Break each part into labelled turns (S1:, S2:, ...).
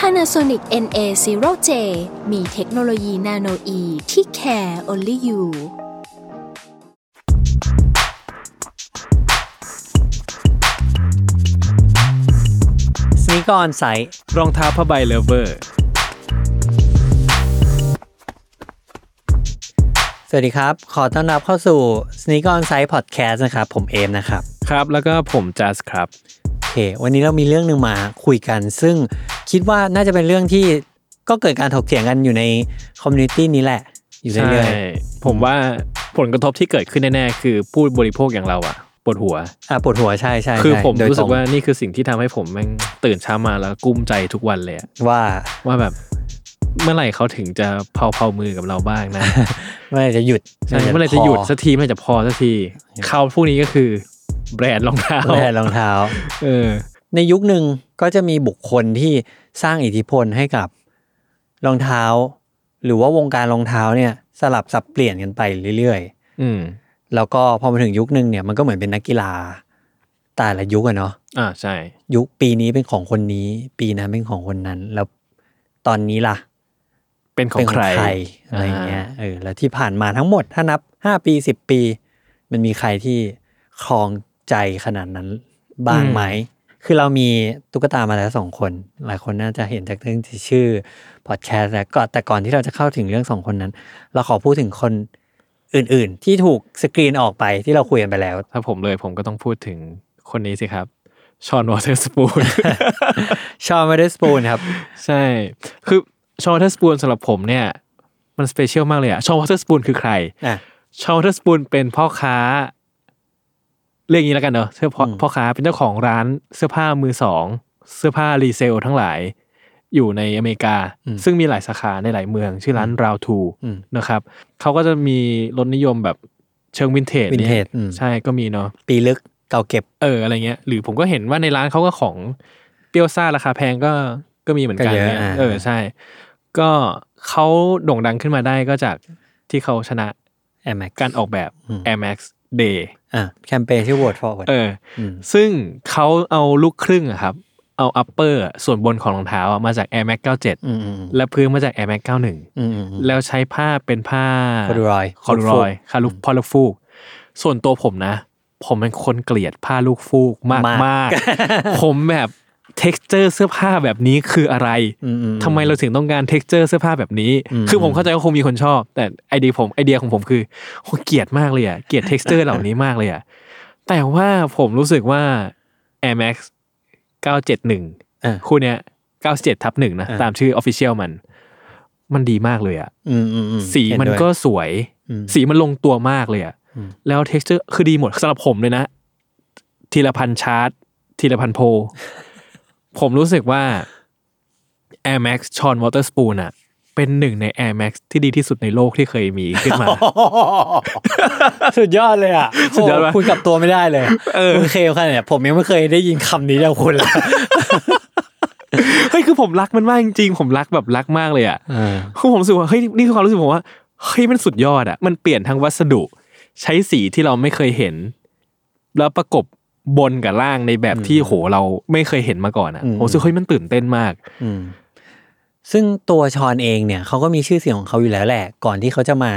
S1: Panasonic NA0J มีเทคโนโลยีนาโนอีที่ care only you
S2: สนิกออนไซต์
S3: รองเท้าผ้าใบเลเวอร์
S2: สวัสดีครับ ขอต้อนรับเข้าสู่ Sneak On Site Podcast นะครับ ผมเอมนะครับ
S3: ครับ แล้วก็ผมจัสครับ
S2: โอเค วันนี้เรามีเรื่องหนึ่งมาคุยกัน ซึ่งคิดว่าน่าจะเป็นเรื่องที่ก็เกิดการถกเถียงกันอยู่ในคอมมูนิตี้นี้แหละ อยู่
S3: ใช่
S2: เรื่อย
S3: ผมว่าผลกระทบที่เกิดขึ้นแน่ๆ คือผู้บริโภคอย่างเราอะปวดหัว
S2: ๆอ่ะปวดหัวใช่ใช่
S3: คือ
S2: ใช่
S3: ผม
S2: โดย
S3: รู้สึ
S2: ต
S3: กว่านี่คือสิ่งที่ทำให้ผมแม่งตื่นเช้ามาแล้วกุ้มใจทุกวันเลยอะ
S2: ว่า
S3: ว่าแบบเมื่อไหร่เขาถึงจะเผาเผาๆมือกับเราบ้างนะ
S2: เมื่อไหร่จะหยุด
S3: ใช่เมื่อไหร่จะหยุดสักทีเมื่อไหร่จะพอสักทีเขาพวกนี้ก็คือแบรนด์รองเท้า
S2: เมื่อไหร่รองเท้า
S3: เออ
S2: ในยุคหนึ่งก็จะมีบุคคลที่สร้างอิทธิพลให้กับรองเท้า หรือว่าวงการรองเท้าเนี่ยสลับสับเปลี่ยนกันไปเรื่อยๆ
S3: อืม
S2: แล้วก็พอมาถึงยุคหนึ่งเนี่ยมันก็เหมือนเป็นนักกีฬาแต่ละยุคอะเนาะ
S3: อ่าใช่
S2: ยุคปีนี้เป็นของคนนี้ ปีนั้นเป็นของคนนั้น แล้วตอนนี้ล่ะ
S3: เป็นของ
S2: เป็น
S3: ใคร
S2: อะไรอย่างเงี้ยเออแล้วที่ผ่านมาทั้งหมดถ้านับห้าปีสิบปี มันมีใครที่ครองใจขนาดนั้นบ้างไหม คือเรามีตุ๊กตามาแล้วสองคน หลายคนน่าจะเห็นจากเรื่องที่ชื่อพอดแคสต์แล้วก็แต่ก่อนที่เราจะเข้าถึงเรื่องสองคนนั้น เราขอพูดถึงคนอื่น ๆ ที่ถูกสกรีนออกไปที่เราคุยกันไปแล้ว
S3: ถ้าผมเลยผมก็ต้องพูดถึงคนนี้สิครับชอนวอเตอร์สปู น
S2: ชอนไม่ได้สปูนครับ
S3: ใช่ คือชอ t เทอร์สปูนสำหรับผมเนี่ย มันสเปเชียลมากเลยอะชอ t เทอร์สปูนคือใคร
S2: อ่ะ
S3: ชอ t เทอร์สปูนเป็นพ่อค้า เรียกอย่างนี้แล้วกันเนอะเสื้อพ่อ
S2: อืม
S3: พ่อค้าเป็นเจ้าของร้านเสื้อผ้ามือสอง เสื้อผ้ารีเซลทั้งหลาย อยู่ในอเมริกา ซึ่งมีหลายสาขาในหลายเมือง ชื่อร้านราวทู
S2: อืม
S3: นะครับ เขาก็จะมีรถนิยมแบบเชิงวินเทจ
S2: วินเทจ
S3: ย
S2: อืม
S3: ใช่ก็มีเนาะ
S2: ปีลึกเก่าเก็บ
S3: เอออะไรเงี้ยหรือผมก็เห็นว่าในร้านเขาก็ของเปรี้ยวซ่าราคาแพงก็ก็มีเหมือนกันเนี่ยเออใช่ ก็เขาโด่งดังขึ้นมาได้ก็จากที่เขาชนะ
S2: แอมแม็ก
S3: การออกแบบ Air Max Day
S2: อ่ะแคมเปญที่ Word Forward
S3: เอออซึ่งเขาเอาลูกครึ่งอะครับ เอา upper อะส่วนบนของรองเท้าอะมาจาก Air Max
S2: อืม
S3: 97
S2: อืม
S3: และพื้นมาจาก Air Max
S2: อ
S3: 91
S2: ืมอืม
S3: แล้วใช้ผ้าเป็นผ้า
S2: Corduroy
S3: คอร์ดรอย
S2: ลูกฟูก
S3: คาลูกพอลูกฟูก ส่วนตัวผมนะ ผมเป็นคนเกลียดผ้าลูกฟูกมาก
S2: มาก
S3: มากผมแบบ t e x t อร์เสื้อผ้าแบบนี้คืออะไร
S2: อืมอืม
S3: ทำไมเราถึงต้องการ t e x t อร์เสื้อผ้าแบบนี้ คือผมเข้าใจว่าคงมีคนชอบ แต่ไอเดียผมไอเดียของผมคือผมเกลียดมากเลยอ่ะเกลียด t e x t อร์เหล่านี้มากเลยอ่ะแต่ว่าผมรู้สึกว่า Air Max
S2: เออ
S3: 971 คู่เนี้ย97ทับหนึ่งนะ
S2: เออ
S3: ตามชื่อ Official มัน มันดีมากเลยอ่ะ
S2: อืมอืมอื
S3: สี
S2: เห็
S3: มัน
S2: ด้วย
S3: ก็สวย
S2: อืม
S3: สีมันลงตัวมากเลยอะ
S2: อืม
S3: แล้วเท็กซ์เจอร์คือดีหมดสำหรับผมเลยนะ ทีละพันชาร์ตทีละพันโพล ผมรู้สึกว่า Air Max ชอนวอเตอร์สปูนอะเป็นหนึ่งใน Air Max ที่ดีที่สุดในโลกที่เคยมีขึ้นมา
S2: สุดยอดเลยอ่ะ
S3: สุดยอดปะ
S2: โโหคุยกับตัวไม่ได้เลย
S3: เออ
S2: คุณเคลขนาดเนี้ยผมยังไม่เคยได้ยินคำนี้จากคุณเลย
S3: เฮ้ย คือผมรักมันมากจริงๆ ผมรักแบบรักมากเลยอะคือผมรู้สึกว่าเฮ้ยนี่คือความรู้สึกผมว่าเฮ้ยมันสุดยอดอะมันเปลี่ยนทั้งวัสดุ ใช้สีที่เราไม่เคยเห็น แล้วประกบบนกับล่างในแบบที่โหเราไม่เคยเห็นมาก่อนอะผมรู้สึกเฮ้ยมันตื่นเต้นมาก
S2: อืมซึ่งตัวชอนเองเนี่ยเขาก็มีชื่อเสียงของเขาอยู่แล้วแหละ ก่อนที่เขาจะมา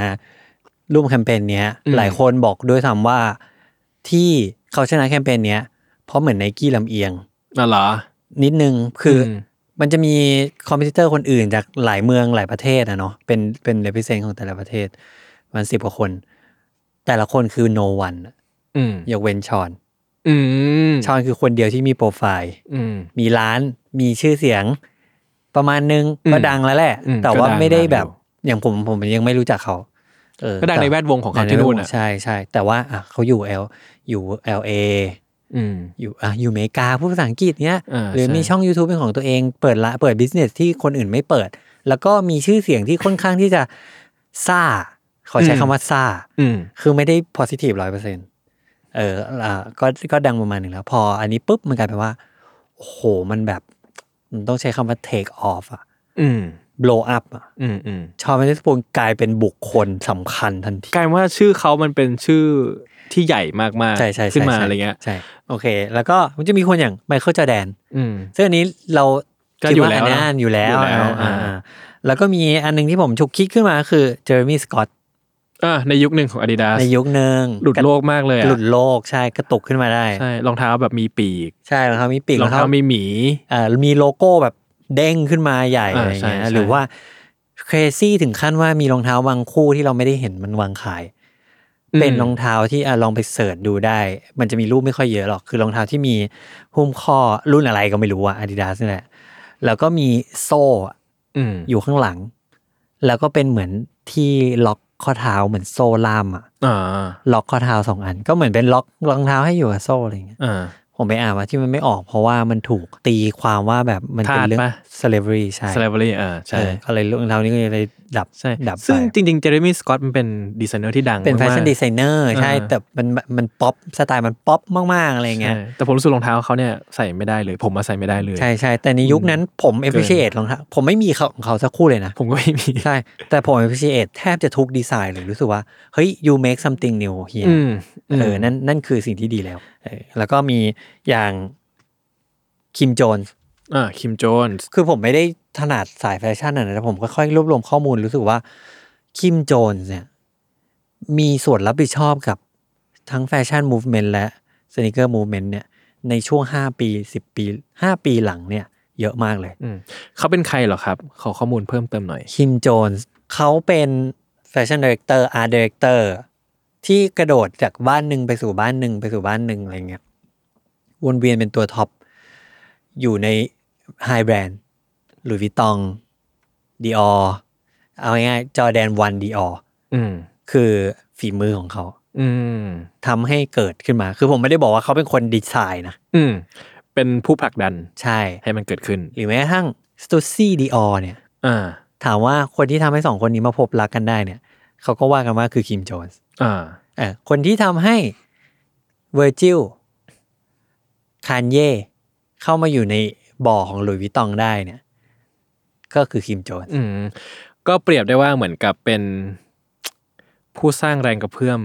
S2: ร่วมแคมเปญเนี้ย
S3: อืม
S2: หลายคนบอกด้วยซ้ำว่าที่เขาชนะแคมเปญเนี้ยเพราะเหมือนไนกี้ลำเอียง
S3: น่ะเหรอ
S2: นิดนึงคืออ
S3: ม
S2: มันจะมีคอมเพติเตอร์คนอื่นจากหลายเมืองหลายประเทศนะเนาะเป็นเป็นเลพิเซนของแต่ละประเทศมันสิบกว่าคน แต่ละคนคือ no one อะ
S3: อืม
S2: ยกเว้นชอน
S3: อืม
S2: ชอนคือคนเดียวที่มีโปรไฟล์
S3: อืม
S2: มีร้านมีชื่อเสียง ประมาณนึง
S3: อืม
S2: ก็ดังแล้วแหละ
S3: อืม
S2: แต่ว่า
S3: ก็ดัง
S2: ไม่ได้แบบ
S3: ดังอยู่
S2: อย่างผมผมยังไม่รู้จักเขาเออ
S3: ก็ดังในแวดวงของเขา
S2: ใน
S3: ที่นู่น
S2: แวดว
S3: อะ
S2: งใช่ใช่แต่ว่าอ่ะเขาอยู่เอลอยู่เอลเอ
S3: อืม
S2: อยู่อ่ะอยู่อเมริกาพูดภาษาอังกฤษเนี้ย
S3: อ่า
S2: หรือ
S3: ใช่
S2: มีช่อง YouTube เป็นของตัวเองเปิดละเปิดบิสเนสที่คนอื่นไม่เปิด แล้วก็มีชื่อเสียงที่ค่อนข้างที่จะซ่า ขอใช้คำว่าซ่า
S3: อืม
S2: คือไม่ได้ positive ร้อยเปอร์เซ็นเอออ่าก็ก็ดังประมาณหนึ่งแล้ว พออันนี้ปุ๊บมันกลายเป็นว่า โอ้โห มันแบบ มันต้องใช้คำว่า take off อะ
S3: อืม
S2: blow up อะ
S3: อืมอืม
S2: ชอว์แมนเดสปูนกลายเป็นบุคคลสำคัญทันที
S3: กลายเป็นว่าชื่อเขามันเป็นชื่อที่ใหญ่มากๆ
S2: ใช่ใช่ใช่
S3: ขึ้นมา
S2: ใช่
S3: อะไรเงี้ย
S2: ใช่ โอเค แล้วก็มันจะมีคนอย่างไมเคิลจอแดน
S3: อืม
S2: ซึ่งอันนี้เรา
S3: ก็อยู่
S2: คิดา
S3: แล้ว
S2: อันนั้นอยู่แล้ว
S3: อยู่แล้ว
S2: อ่า
S3: อ่า
S2: แล้วก็มีอันหนึงที่ผมฉุกคิดขึ้นมาคือเจอร์มี่สกอต
S3: อ่าในยุคหนึ่งของ Adidas
S2: ในยุคหนึ่ง
S3: หลุดโลกมากเลยอะ
S2: หลุดโลกใช่กระตุกขึ้นมาได้
S3: ใช่รองเท้าแบบมีปีก
S2: ใช่รองเท้ามีปีก
S3: รองเท้ามีหมี
S2: เอ่อมีโลโก้แบบเด้งขึ้นมาใหญ่
S3: อ่า
S2: อะไรเงี้
S3: ใช่
S2: ย
S3: ใช่
S2: หรือว่าเครซี่ถึงขั้นว่ามีรองเท้าบางคู่ที่เราไม่ได้เห็นมันวางขาย เป็นรองเท้าที่อ่ะลองไปเสิร์ชดูได้ มันจะมีรูปไม่ค่อยเยอะหรอก คือรองเท้าที่มีหุ้มข้อรุ่นอะไรก็ไม่รู้อะอาดิดาสนี่แหละ แล้วก็มีโซ่
S3: อืม
S2: อยู่ข้างหลัง แล้วก็เป็นเหมือนที่ล็อกข้อเท้าเหมือนโซ่ล่ามอะ
S3: อ่า
S2: ล็อกข้อเท้าสองอัน ก็เหมือนเป็นล็อกรองเท้าให้อยู่กับโซ่อะไรอย่างเงี้ย
S3: อ่า
S2: ผมไปอ่านว่าที่มันไม่ออกเพราะว่ามันถูกตีความว่าแบบมันเป็นเรื่อง
S3: ทาสปะ
S2: slavery ใช่
S3: สไลเบอรี่อ่า
S2: เอ
S3: ใช่
S2: อก็เลยรองเท้านี้ก็เลยดับ
S3: ใช่
S2: ดับไป
S3: ซึ่งจริงๆเจอร์มี่สกอตมันเป็นดีไซเนอร์ที่ดัง
S2: เป็นแฟชั่น
S3: มากๆ
S2: ดีไซเนอร์ใช่
S3: อ่า
S2: แต่มันมันป๊อปสไตล์มันป๊อปมาก ๆ อะไรเงี้ย
S3: ใช่แต่ผมรู้สึกรองเท้าเขาเนี่ยใส่ไม่ได้เลย ผมมาใส่ไม่ได้เลย
S2: ใช่ใช่แต่ในยุคนั้นผม a p p r e c i a t e รองเท้าผมไม่มีของเขาสักคู่เลยนะ
S3: ผมก็ไม่มี
S2: ใช่ แต่ผม a p p r e c i a t e แทบจะทุกดีไซน์เลยรู้สึกว่า เฮ้ย you make something new เฮีย
S3: อืมม
S2: เออนั่นนั่นคือสิ่งที่ดีแล้วเออแล้วก็มีอย่างคิมโจน
S3: อ่าคิมโจนส์
S2: คือผมไม่ได้ถนัดสายแฟชั่นอะนะแต่ผมก็ค่อยรวบรวมข้อมูลรู้สึกว่าคิมโจนส์เนี่ย มีส่วนรับผิดชอบกับทั้งแฟชั่นมูฟเมนต์และสนิเกอร์มูฟเมนต์เนี่ย ในช่วง 5 ปี 10 ปี 5 ปีหลังเนี่ย เยอะมากเลย
S3: อืมเขาเป็นใครเหรอครับ ขอข้อมูลเพิ่มเติมหน่อย
S2: คิมโจนส์เขาเป็นแฟชั่นดี r e เตอร์อาร์ดีเรเตอร์ที่กระโดดจากบ้านหนึ่งไปสู่บ้านหนึ่งไปสู่บ้านหนึ่งอะไรเงี้ยวนเวียนเป็นตัวท็อป อยู่ในไฮแบรนด์หลุยส์วิตองดีออเอาง่ายๆจอแดนวันดีออ
S3: อืม
S2: คือฝีมือของเขา
S3: อืม
S2: ทำให้เกิดขึ้นมา คือผมไม่ได้บอกว่าเขาเป็นคนดีไซน์นะ
S3: อืม เป็นผู้ผลักดัน
S2: ใช่
S3: ให้มันเกิดขึ้น
S2: หรือแม้กระทั่งสตูซี่ดีออเนี่ย
S3: อ่า
S2: ถามว่าคนที่ทำให้สองคนนี้มาพบรักกันได้เนี่ย เขาก็ว่ากันว่าคือคิมโจนส์
S3: อ่า
S2: เออคนที่ทำให้เวอร์จิลคานเย่เข้ามาอยู่ในบ่อของหลุยส์วิตองได้เนี่ย ก็คือคิมโจนส์
S3: อืม ก็เปรียบได้ว่าเหมือนกับเป็น ผู้สร้างแรงกระเพื่อม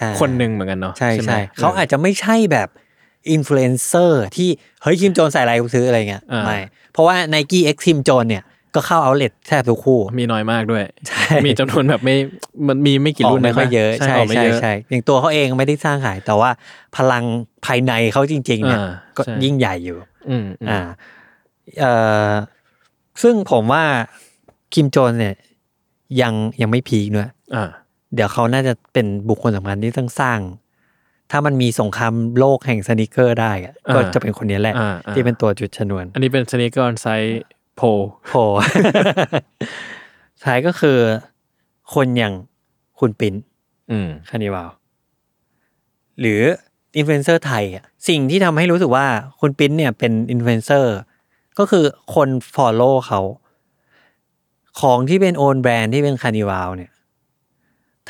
S2: อ่า
S3: คนหนึ่งเหมือนกันเนาะ
S2: ใช่
S3: ไหม
S2: ใช่เขาอาจจะไม่ใช่แบบอินฟลูเอนเซอร์ที่เฮ้ยคิมโจนใส่อะไรกูซื้ออะไรเงี้ย
S3: า
S2: ไม่ เพราะว่า n i กี้เอ็กซ์คิมโจนเนี่ย ก็เข้าเอาเลทแทบทุกคู่
S3: มีน้อยมากด้วย
S2: ใช่
S3: มีจำนวนแบบไม่ มันมีไม่กี่
S2: ออ
S3: รุ่
S2: ก
S3: น
S2: ไม่ค่อย
S3: น
S2: เยอะใช่
S3: ออกไม่
S2: ใช่
S3: เยอะ
S2: ใช่อย่างตัวเขาเองไม่ได้สร้างขาย แต่ว่าพลังภายในเขาจริง ๆ เนี่ย
S3: อ่า
S2: ก็
S3: ใช่
S2: ยิ่งใหญ่อยู่
S3: อืมอื
S2: อ่าม เอ่อซึ่งผมว่าคิมโจนเนี่ย ยังยังไม่พีคด้วย
S3: อ่า
S2: เดี๋ยวเขาน่าจะเป็นบุคคลสำคัญที่ต้องสร้าง ถ้ามันมีสงครามโลกแห่งสนิเกอร์ได้อะ
S3: อ่า
S2: ก็จะเป็นคนนี้แหละ
S3: อ่าอ่า
S2: ที่เป็นตัวจุดชนวน
S3: อันนี้เป็นสเนกออนไซโพ
S2: โผ ล่ ท้ายก็คือคนอย่างคุณปิน
S3: อืม
S2: คานิวาวหรืออินฟลูเอนเซอร์ไทยอะสิ่งที่ทำให้รู้สึกว่าคุณปินเนี่ยเป็นอินฟลูเอนเซอร์ก็คือคนฟอลโล่เขา ของที่เป็นโอนแบรนด์ที่เป็นคานิวาวเนี่ย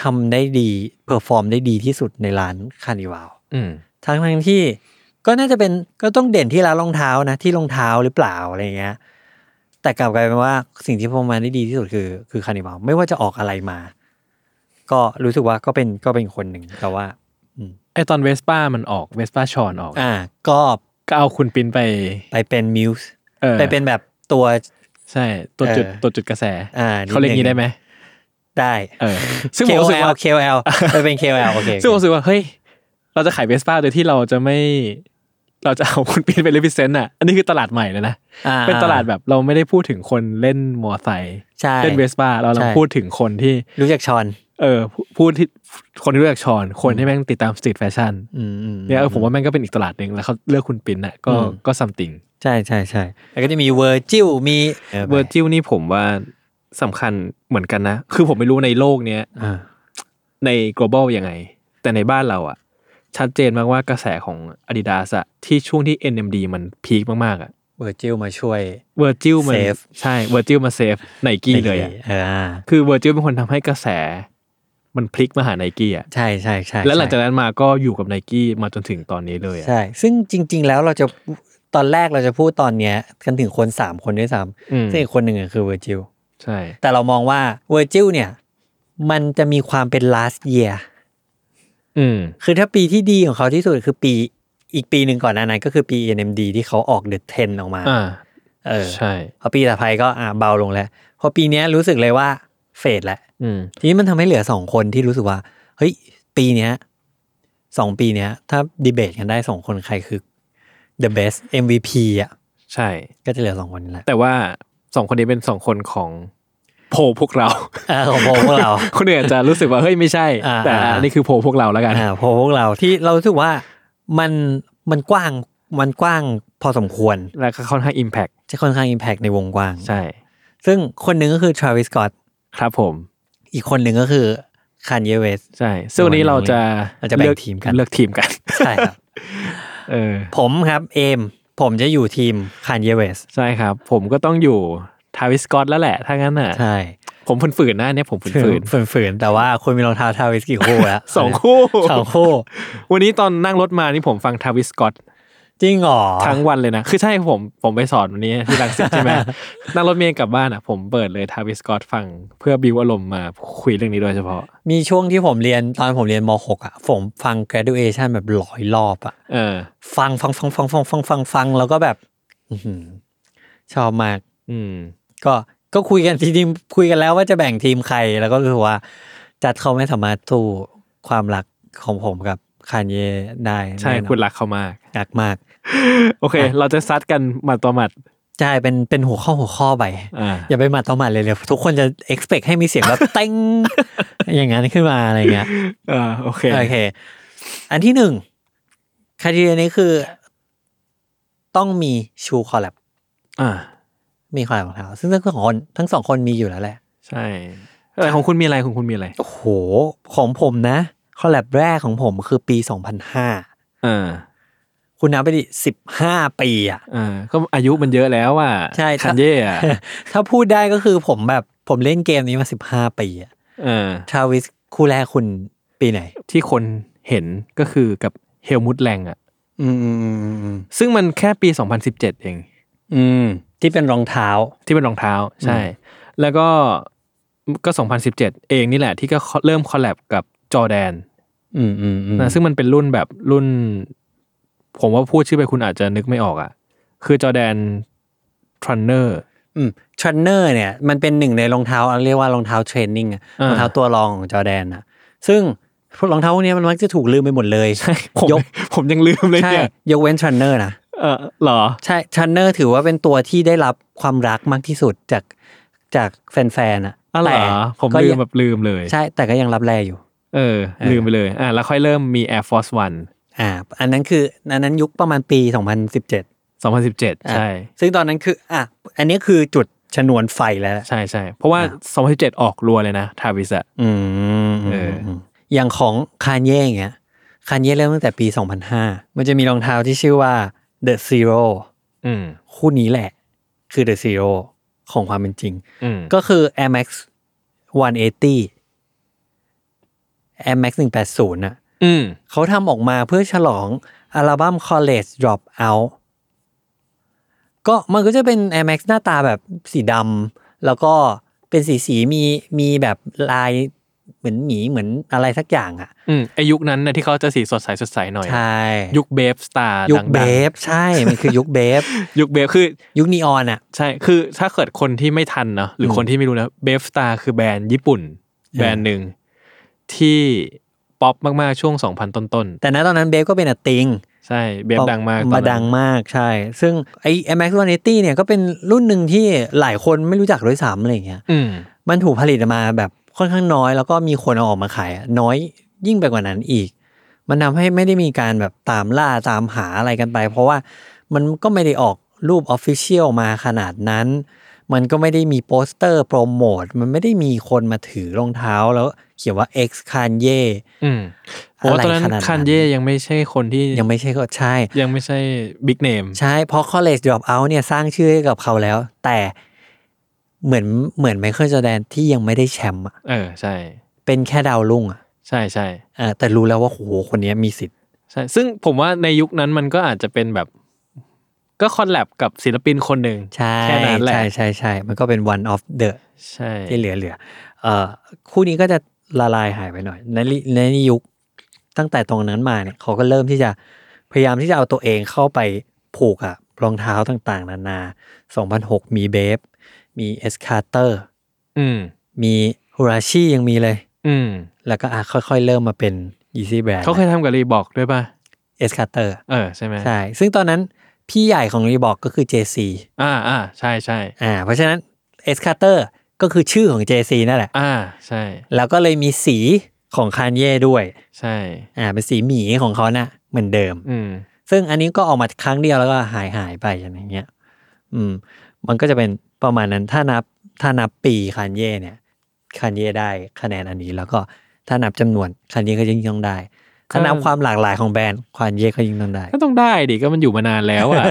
S2: ทำได้ดีเพอร์ฟอร์มได้ดีที่สุดในร้านคานิวาว
S3: อืม
S2: ทั้งทั้งที่ก็น่าจะเป็นก็ต้องเด่นที่ร้านรองเท้านะที่รองเท้าหรือเปล่าอะไรเงี้ยแต่กลับกลายเป็นว่าสิ่งที่ประมาณได้ดีที่สุดคือคือคานิบาลไม่ว่าจะออกอะไรมา ก็รู้สึกว่าก็เป็นก็เป็นคนหนึ่งแต่ว่า
S3: ไอตอนเวสป้ามันออกเวสป้าชอนออก
S2: อ่า ก็
S3: ก็เอาคุณปินไป
S2: ไปเป็นมิวส์
S3: เออ
S2: ไปเป็นแบบตัว
S3: ใช่ ตัวจุด
S2: เออ
S3: ตัวจุดกระแส
S2: อ่า
S3: เขาเรียก
S2: นิดนึง
S3: งี้ได้ไหม
S2: ได้
S3: เออ ซึ่งผมรู้สึก
S2: KOL
S3: ว่า
S2: KOL ไปเป็น KOL โอเค
S3: ซึ่งผมรู้สึกว่า เฮ้ย เราจะขายเวสป้าโดยที่เราจะไม่ เราจะเอาคุณปินไปเลพิเซนต์อ่ะ อันนี้คือตลาดใหม่เลยนะ
S2: อ่
S3: เป็นตลาดแบบเราไม่ได้พูดถึงคนเล่นมอไซค์
S2: ใช่
S3: เล่นเวสป้าเรากำลัง
S2: ใช่
S3: พูดถึงคนที่
S2: รู้จักชอน
S3: เออพูพูดที่คนที่รู้จักชอน คนที่แม่งติดตามสตรีทแฟชั่น
S2: อืมอืม
S3: เนี่ยเออผมว่าแม่งก็เป็นอีกตลาดหนึ่งแล้วเขาเลือกคุณปินอ่ะก็
S2: อืม
S3: ก็ซัมติง
S2: ใช่ใช่ใช่แล้วก็จะมีเวอร์จิลมี
S3: เวอร์จิลนี่ผมว่าสำคัญเหมือนกันนะ คือผมไม่รู้ในโลกเนี้ย
S2: อ่า
S3: ใน global ยังไง แต่ในบ้านเราอะชัดเจนมากว่ากระแสของ Adidas อะที่ช่วงที่ NMD มันพีคมากๆอะ
S2: เวอร์จิลมาช่วย
S3: เวอร์จิลมัน
S2: Save
S3: ใช่เวอร์จิลมาเซฟไนกี้เลยอะ
S2: เอออ่า
S3: คือเวอร์จิลเป็นคนทำให้กระแส มันพลิกมาหาไนกี้อ่ะ
S2: ใช่ใช่ใช่
S3: แล้วหลังจากนั้นมาก็อยู่กับไนกี้มาจนถึงตอนนี้เลยอะ
S2: ใช่ ซึ่งจริง ๆ แล้วเราจะตอนแรกเราจะพูดตอนเนี้ยกันถึงคน 3 คนด้วยซ้
S3: อืม
S2: ำซึ่งอีกคนหนึ่งอะคือเวอร์จิล
S3: ใช่
S2: แต่เรามองว่าเวอร์จิลเนี่ย มันจะมีความเป็น last year
S3: อืม
S2: คือถ้าปีที่ดีของเขาที่สุดคือปีอีกปีหนึ่งก่อนหนานั้นก็คือปี NMD ที่เขาออก The Ten ออกมา
S3: อ่า
S2: เออ
S3: ใช่
S2: พอปีต่อไปก็อ่าเบาลงแล้ว พอปีเนี้ยรู้สึกเลยว่าเฟดแล้ว
S3: อืม
S2: ทีนี้มันทำให้เหลือสองคนที่รู้สึกว่า เฮ้ย ปีเนี้ยสองปีเนี้ย ถ้าดีเบตกันได้สองคนใครคือ the best MVP อ่ะ
S3: ใช่
S2: ก็จะเหลือสองคนนี้แหละ
S3: แต่ว่าสองคนนี้เป็นสองคนของโพลพวกเรา
S2: เออของพวกเรา
S3: คนอื่นอาจจะรู้สึกว่าเฮ้ยไม่ใช่
S2: อ่า
S3: แต่
S2: อ่า
S3: อันนี่คือโพลพวกเราแล้วกัน
S2: อ่าพอพวกเราที่เรารู้สึกว่ามันมันกว้างมันกว้างพอสมควร
S3: แล้วก็ค่อนข้างอิมแพ t
S2: จะค่อนข้าง impact ในวงกว้าง
S3: ใช่
S2: ซึ่งคนหนึ่งก็คือ Travis Scott
S3: ครับผม อี
S2: อีกคนหนึ่งก็คือ Kanye West
S3: ใช่ซึ่งวันนี้เราจะ
S2: เราจะแบ่ง
S3: ลือ
S2: ทีมกัน
S3: เลือกทีมกัน
S2: ใช่ครับ
S3: เออ
S2: ผมครับเอมผมจะอยู่ทีม Kanye West
S3: ใช่ครับ ผมก็ต้องอยู่ทาวิสกอตแล้วแหละ ถ้างั้นน่ะ
S2: ใช่
S3: ผมฝืนฝืนๆนะเนี่ยผมฝืนฝืน
S2: ฝืนฝืนๆแต่ว่าคุณมีรองเท้าท าวิสกี่คู่แล้ว
S3: สองคู่
S2: สองคู่
S3: วันนี้ตอนนั่งรถมานี่ผมฟังทาวิสกอต
S2: จริงเหรอ
S3: ทั้งวันเลยนะ คือใช่ผมผมไปสอนวันนี้ที่รังสิตใช่ ไหม นั่งรถเมล์กลับบ้านอ่ะ ผมเปิดเลยทาวิสกอตฟังเพื่อบิวอารมณ์มาคุยเรื่องนี้โดยเฉพาะ
S2: มีช่วงที่ผมเรียนตอนผมเรียนม .6 อ่ะ ผมฟัง graduation แบบร้อยรอบอ่ะ
S3: เออ
S2: ฟังฟังฟังฟังฟังฟังฟังฟังแล้วก็แบบ อื้อหือชอบมาก
S3: อืม
S2: ก็ก็คุยกันทีมคุยกันแล้วว่าจะแบ่งทีมใครแล้วก็รู้สึกว่า จัดเขาไม่สามารถสู้ความรักของผมกับคานเยได้
S3: ใช่
S2: แน่นอน
S3: คุณรักเขามาก
S2: รักมาก
S3: โอเค เราจะซัดกันหมัดต่อหมัด
S2: ใช่เป็นเป็นหัวข้อหัวข้อไป
S3: อ่า
S2: อย่าไปหมัดต่อหมัดเลยเดี๋ยวทุกคนจะ expect ให้มีเสียงแบบ เต้งอย่างนั้นขึ้นมาอะไรเงี้ย
S3: เออโอเค
S2: โอเค อันที่หนึ่งคดีนี้คือ ต้องมีชูคอลแลบ
S3: อ่า
S2: มีคอลแลบของเขาซึ่งทั้งสองคนทั้งสองคนมีอยู่แล้วแหละ
S3: ใช่อะไรของคุณมีอะไรของคุณมีอะไร
S2: โอ้โห ของผมนะคอลแลบแรกของผมคือปี 2005
S3: อ่า
S2: คุณนับไปดิ15 ปีอ่ะ
S3: อ่าก็อายุมันเยอะแล้วอ่ะ
S2: ใช่ถ้า
S3: คันเย่อะ
S2: ถ้าพูดได้ก็คือผมแบบผมเล่นเกมนี้มา 15 ปีอ่ะ
S3: เออ
S2: ทราวิสคู่แรกคุณปีไหน
S3: ที่คนเห็นก็คือกับเฮลมุตแรงอ่ะ
S2: อืมอืมอืมอืม
S3: ซึ่งมันแค่ปี 2017 เอง
S2: อืมที่เป็นรองเท้า
S3: ที่เป็นรองเท้า ใช่ แล้วก็ก็ 2017 เองนี่แหละ ที่ก็เริ่มคอลแลบกับจอร์แดน
S2: อืมอืมอืม
S3: นะซึ่งมันเป็นรุ่นแบบรุ่น ผมว่าพูดชื่อไปคุณอาจจะนึกไม่ออกอ่ะ คือจอร์แดนทรันเนอ ร์
S2: อืมทรนเนอร์เนี่ยมันเป็นหนึ่งในรองเท้าเรียกว่ารองเท้าเทรนนิ่งอะ
S3: อ่าร ร
S2: องเท้าตัวรองของจอร์แดนอะซึ่งพวกรองเท้าพวกเนี้ยมันมักจะถูกลืมไปหมดเลย
S3: ผม
S2: ยก
S3: ผมยังลืมเลย
S2: ใช่
S3: เนี่ย
S2: ยกเว้นทรนเนอร์นะ
S3: เออเหรอ
S2: ใช่ทรนเนอร์ถือว่าเป็นตัวที่ได้รับความรักมากที่สุดจากจากแฟนๆอะ
S3: อ๋อเหร
S2: แต่
S3: อผม
S2: ก็
S3: ลืม
S2: ยัง
S3: แบบลืมเลย
S2: ใช่แต่ก็ยังรับแลอยู่
S3: เออ
S2: เออ
S3: ลืมไปเลยอ่ะแล้วค่อยเริ่มมี Air Force One
S2: อ่า อันนั้นคืออันนั้นยุคประมาณปี 2017
S3: 2017 ใช่
S2: ซึ่งตอนนั้นคืออ่ะอันนี้คือจุดชนวนไฟแล้วแหละ
S3: ใช่ใช่เพราะว่า
S2: อ่
S3: 2017 ออกรัวเลยนะทาวิสอะ
S2: อืม
S3: เออ
S2: อย่างของคานเย่อย่างเงี้ยคานเย่เริ่มตั้งแต่ปี 2005 มันจะมีรองเท้าที่ชื่อว่า The Zero
S3: อืม
S2: คู่นี้แหละ คือ The Zero ของความเป็นจริง
S3: อืม
S2: ก็คือ Air Max 180 Air Max 180น่ะ
S3: อืม
S2: เขาทำออกมาเพื่อฉลองอัลบั้ม College Dropout ก็มันก็จะเป็น Air Max หน้าตาแบบสีดำแล้วก็เป็นสีสีๆมีมีแบบลายเหมือนหมีเหมือนอะไรสักอย่างอ่ะ
S3: อืมไอยุคนั้นนะที่เขาจะสีสดใสสดใสหน่อย
S2: ใช่
S3: ยุคเบฟสตาร์
S2: ยุคเบฟใช่ มันคือยุคเบฟ
S3: ยุคเบฟคือ
S2: ยุคนีออนอ่ะ
S3: ใช่ คือถ้าเกิดคนที่ไม่ทันเนาะหรืออ
S2: ม
S3: คนที่ไม่รู้นะเบฟสตาร์คือแบรนด์ญี่ปุ่น
S2: อ
S3: แบรนด์หนึ่งที่ป๊อปมาก ๆ ช่วง 2000 ต้น
S2: แต่ณตอนนั้นเบฟก็เป็นอะติง
S3: ๆ ใช่เบฟดังมากต
S2: มา
S3: อนนั้น
S2: ดังมากใช่ ซึ่งไอ m x 1 8 0เนี่ยก็เป็นรุ่นหนึ่งที่หลายคนไม่รู้จักด้วยซ้ำอะไรอย่างเงี้ย
S3: อืม
S2: มันถูกผลิตมาแบบค่อนข้างน้อยแล้วก็มีคนเอาออกมาขายน้อยยิ่งไปกว่านั้นอีก มันทำให้ไม่ได้มีการแบบตามล่าตามหาอะไรกันไป เพราะว่ามันก็ไม่ได้ออกรูปออฟฟิเชียลมาขนาดนั้น มันก็ไม่ได้มีโปสเตอร์โปรโมทมันไม่ได้มีคนมาถือรองเท้าแล้วเขียนว่า X Kanye
S3: อืมโอ้
S2: อะไร
S3: ตอน
S2: ข
S3: นั้น
S2: นาดนั้น
S3: คันเย่ยังไม่ใช่คนที่
S2: ยังไม่ใช่ก็ใช่
S3: ยังไม่ใช่บิ๊กเนม
S2: ใช่เพราะ college dropout เนี่ยสร้างชื่อให้กับเขาแล้ว แต่เหมือนเหมือนไมเคิลจอแดนที่ยังไม่ได้แชมป์อะ
S3: เออใช่
S2: เป็นแค่ดาวรุ่งอะ
S3: ใช่ใช่
S2: เออแต่รู้แล้วว่าโอ้โหคนเนี้ยมีสิทธิ์
S3: ใช่ ซึ่งผมว่าในยุคนั้นมันก็อาจจะเป็นแบบ ก็คอลแลบกับศิลปินคนหนึ่ง
S2: ใช่
S3: แค่นั้นแหละ
S2: ใช่ใช่ใช่มันก็เป็น one of the
S3: ใช่
S2: ที่เหลือเหลือเอ่อคู่นี้ก็จะละลายหายไปหน่อยในในยุคตั้งแต่ตรงนั้นมาเนี่ยเขาก็เริ่มที่จะพยายามที่จะเอาตัวเองเข้าไปผูกอะรองเท้าต่างๆ นานา 2006 มีเบฟมีเอสคาเตอร์
S3: อืม
S2: มีฮูราชิยังมีเลย
S3: อืม
S2: แล้วก็อ่ะค่อยๆ เริ่มมาเป็น Easy Brand
S3: เขาเคยทำกับรีบอกด้วยป่ะ
S2: เอสคาเตอร์
S3: เออใช่ไหม
S2: ใช่ ซึ่งตอนนั้นพี่ใหญ่ของรีบอกก็คือ JC
S3: อ่าอ่าใช่ใช่
S2: อ่าเพราะฉะนั้นเอสคาเตอร์ก็คือชื่อของ JC นั่นแหละ
S3: อ่าใช่
S2: แล้วก็เลยมีสีของคานเย่ด้วย
S3: ใช่
S2: อ่าเป็นสีหมีของเขาน่ะเหมือนเดิม
S3: อืม
S2: ซึ่งอันนี้ก็ออกมาครั้งเดียวแล้วก็หายหายไปอะไรเงี้ยอืมมันก็จะเป็นประมาณนั้นถ้านับถ้านับปีคานเย่เนี่ยคานเย่ได้คะแนนอันนี้ แล้วก็ถ้านับจำนวนคานเย่ก็ยิ่งต้องได้ ถ้านับ
S3: ก็
S2: ความหลากหลายของแบรนด์คานเย่ก็ยิ่งต้องได้
S3: ก็ต้องได้ดิก็มันอยู่มานานแล้ว อ่ะ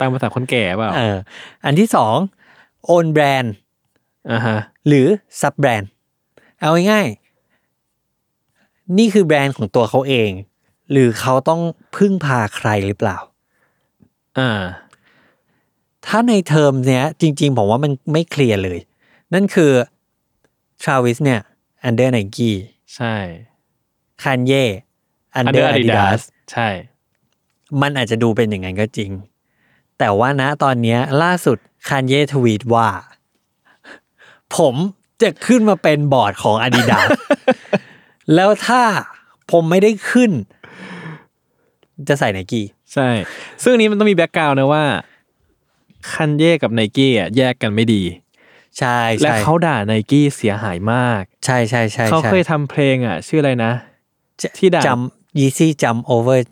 S3: ตามภาษาคนแก่เปล่า
S2: เอออันที่สองโอนแบรนด์
S3: อ่าฮะ
S2: หรือซับแบรนด์เอาง่ายๆนี่คือแบรนด์ของตัวเขาเอง หรือเขาต้องพึ่งพาใครหรือเปล่า
S3: อ่า
S2: ถ้าในเทอมเนี้ยจริง ๆ ผมว่ามันไม่เคลียร์เลย นั่นคือทราวิสเนี่ยอันเดอร์ไนกี้
S3: ใช่
S2: คานเย่อันเดอ
S3: Under
S2: ร์อาดิดาส
S3: Adidas ใช่
S2: มันอาจจะดูเป็นอย่างนั้นก็จริง แต่ว่านะตอนเนี้ยล่าสุดคานเย่ทวีตว่า ผมจะขึ้นมาเป็นบอร์ดของ Adidas แล้วถ้าผมไม่ได้ขึ้น จะใส่ไนกี้
S3: ใช่ ซึ่งอันนี้มันต้องมีแบ็กกราวน์นะว่า คันเย่กับไนกี้อ่ะแยกกันไม่ดี
S2: ใช่
S3: และ
S2: ใช่
S3: เขาด่าไนกี้เสียหายมาก
S2: ใช่ใช่ใช่
S3: เขา
S2: ใช่
S3: เคยทำเพลงอ่ะ ชื่ออะไรนะ
S2: จะ
S3: ที่ด่า
S2: จำยีซี่จำโอเวอร์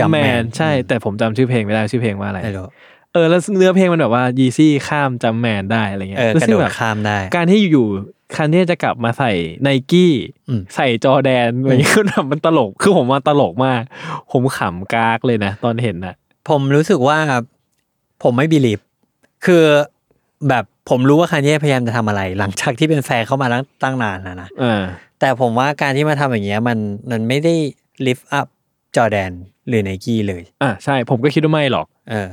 S3: จำแมนใช่ แต่ผมจำชื่อเพลงไม่ได้ชื่อเพลงว่าอะไร
S2: ไม่รู้
S3: เออแล้วเนื้อเพลงมันแบบว่ายีซี่ข้ามจำแมนได้อะไรเงี้ย
S2: เออก
S3: แล้ว
S2: ระ
S3: ซึ่
S2: โด
S3: ง
S2: ด
S3: แบบ
S2: ข้ามได้
S3: การที่อยู่ๆคันเย่จะกลับมาใส่ไนกี้
S2: อืม
S3: ใส่จอแดนอะไรเงี้ย แบบมันตลกคือผมว่าตลกมาก ผมขำกากเลยนะตอนเห็นนะ
S2: ผมรู้สึกว่าผมไม่บิลีฟคือแบบผมรู้ว่าคานเย่พยายามจะทำอะไร หลังจากที่เป็นแฟนเข้ามาตั้งตั้งนานนะนะ
S3: เออ
S2: แต่ผมว่าการที่มาทำอย่างเงี้ยมันมันไม่ได้ลิฟต์อัพจอแดนหรือไนกี้เลย
S3: อ่ะใช่ผมก็คิดว่าไม่หรอก
S2: เออ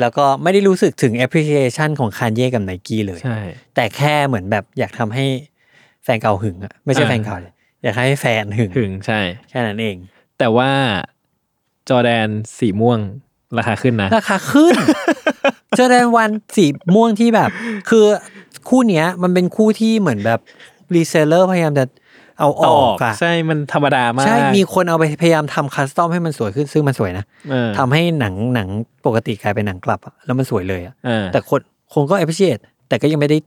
S2: แล้วก็ไม่ได้รู้สึกถึง appreciation ของคานเย่กับไนกี้เลย
S3: ใช่
S2: แต่แค่เหมือนแบบอยากทำให้แฟนเก่าหึงอะไม่ใช่
S3: อ่า
S2: แฟนเก่าเลยอยากให้แฟนหึง
S3: ถึงใช่
S2: แค่นั้นเอง
S3: แต่ว่าจอแดนสีม่วงราคาขึ้นนะ
S2: ราคาขึ้ น จอแดนวันสีม่วงที่แบบ คือคู่เนี้ยมันเป็นคู่ที่เหมือนแบบรีเซลเลอร์พยายามจะเอาออกอะ
S3: ใช่มันธรรมดามาก
S2: ใช่มีคนเอาไปพยายามทำคัสตอมให้มันสวยขึ้นซึ่งมันสวยนะ
S3: เออ
S2: ทำให้หนังหนังปกติกลายเป็นหนังกลับอะแล้วมันสวยเลยอะ
S3: เออ
S2: แต่คนคนก็ appreciate แต่ก็ยังไม่ได้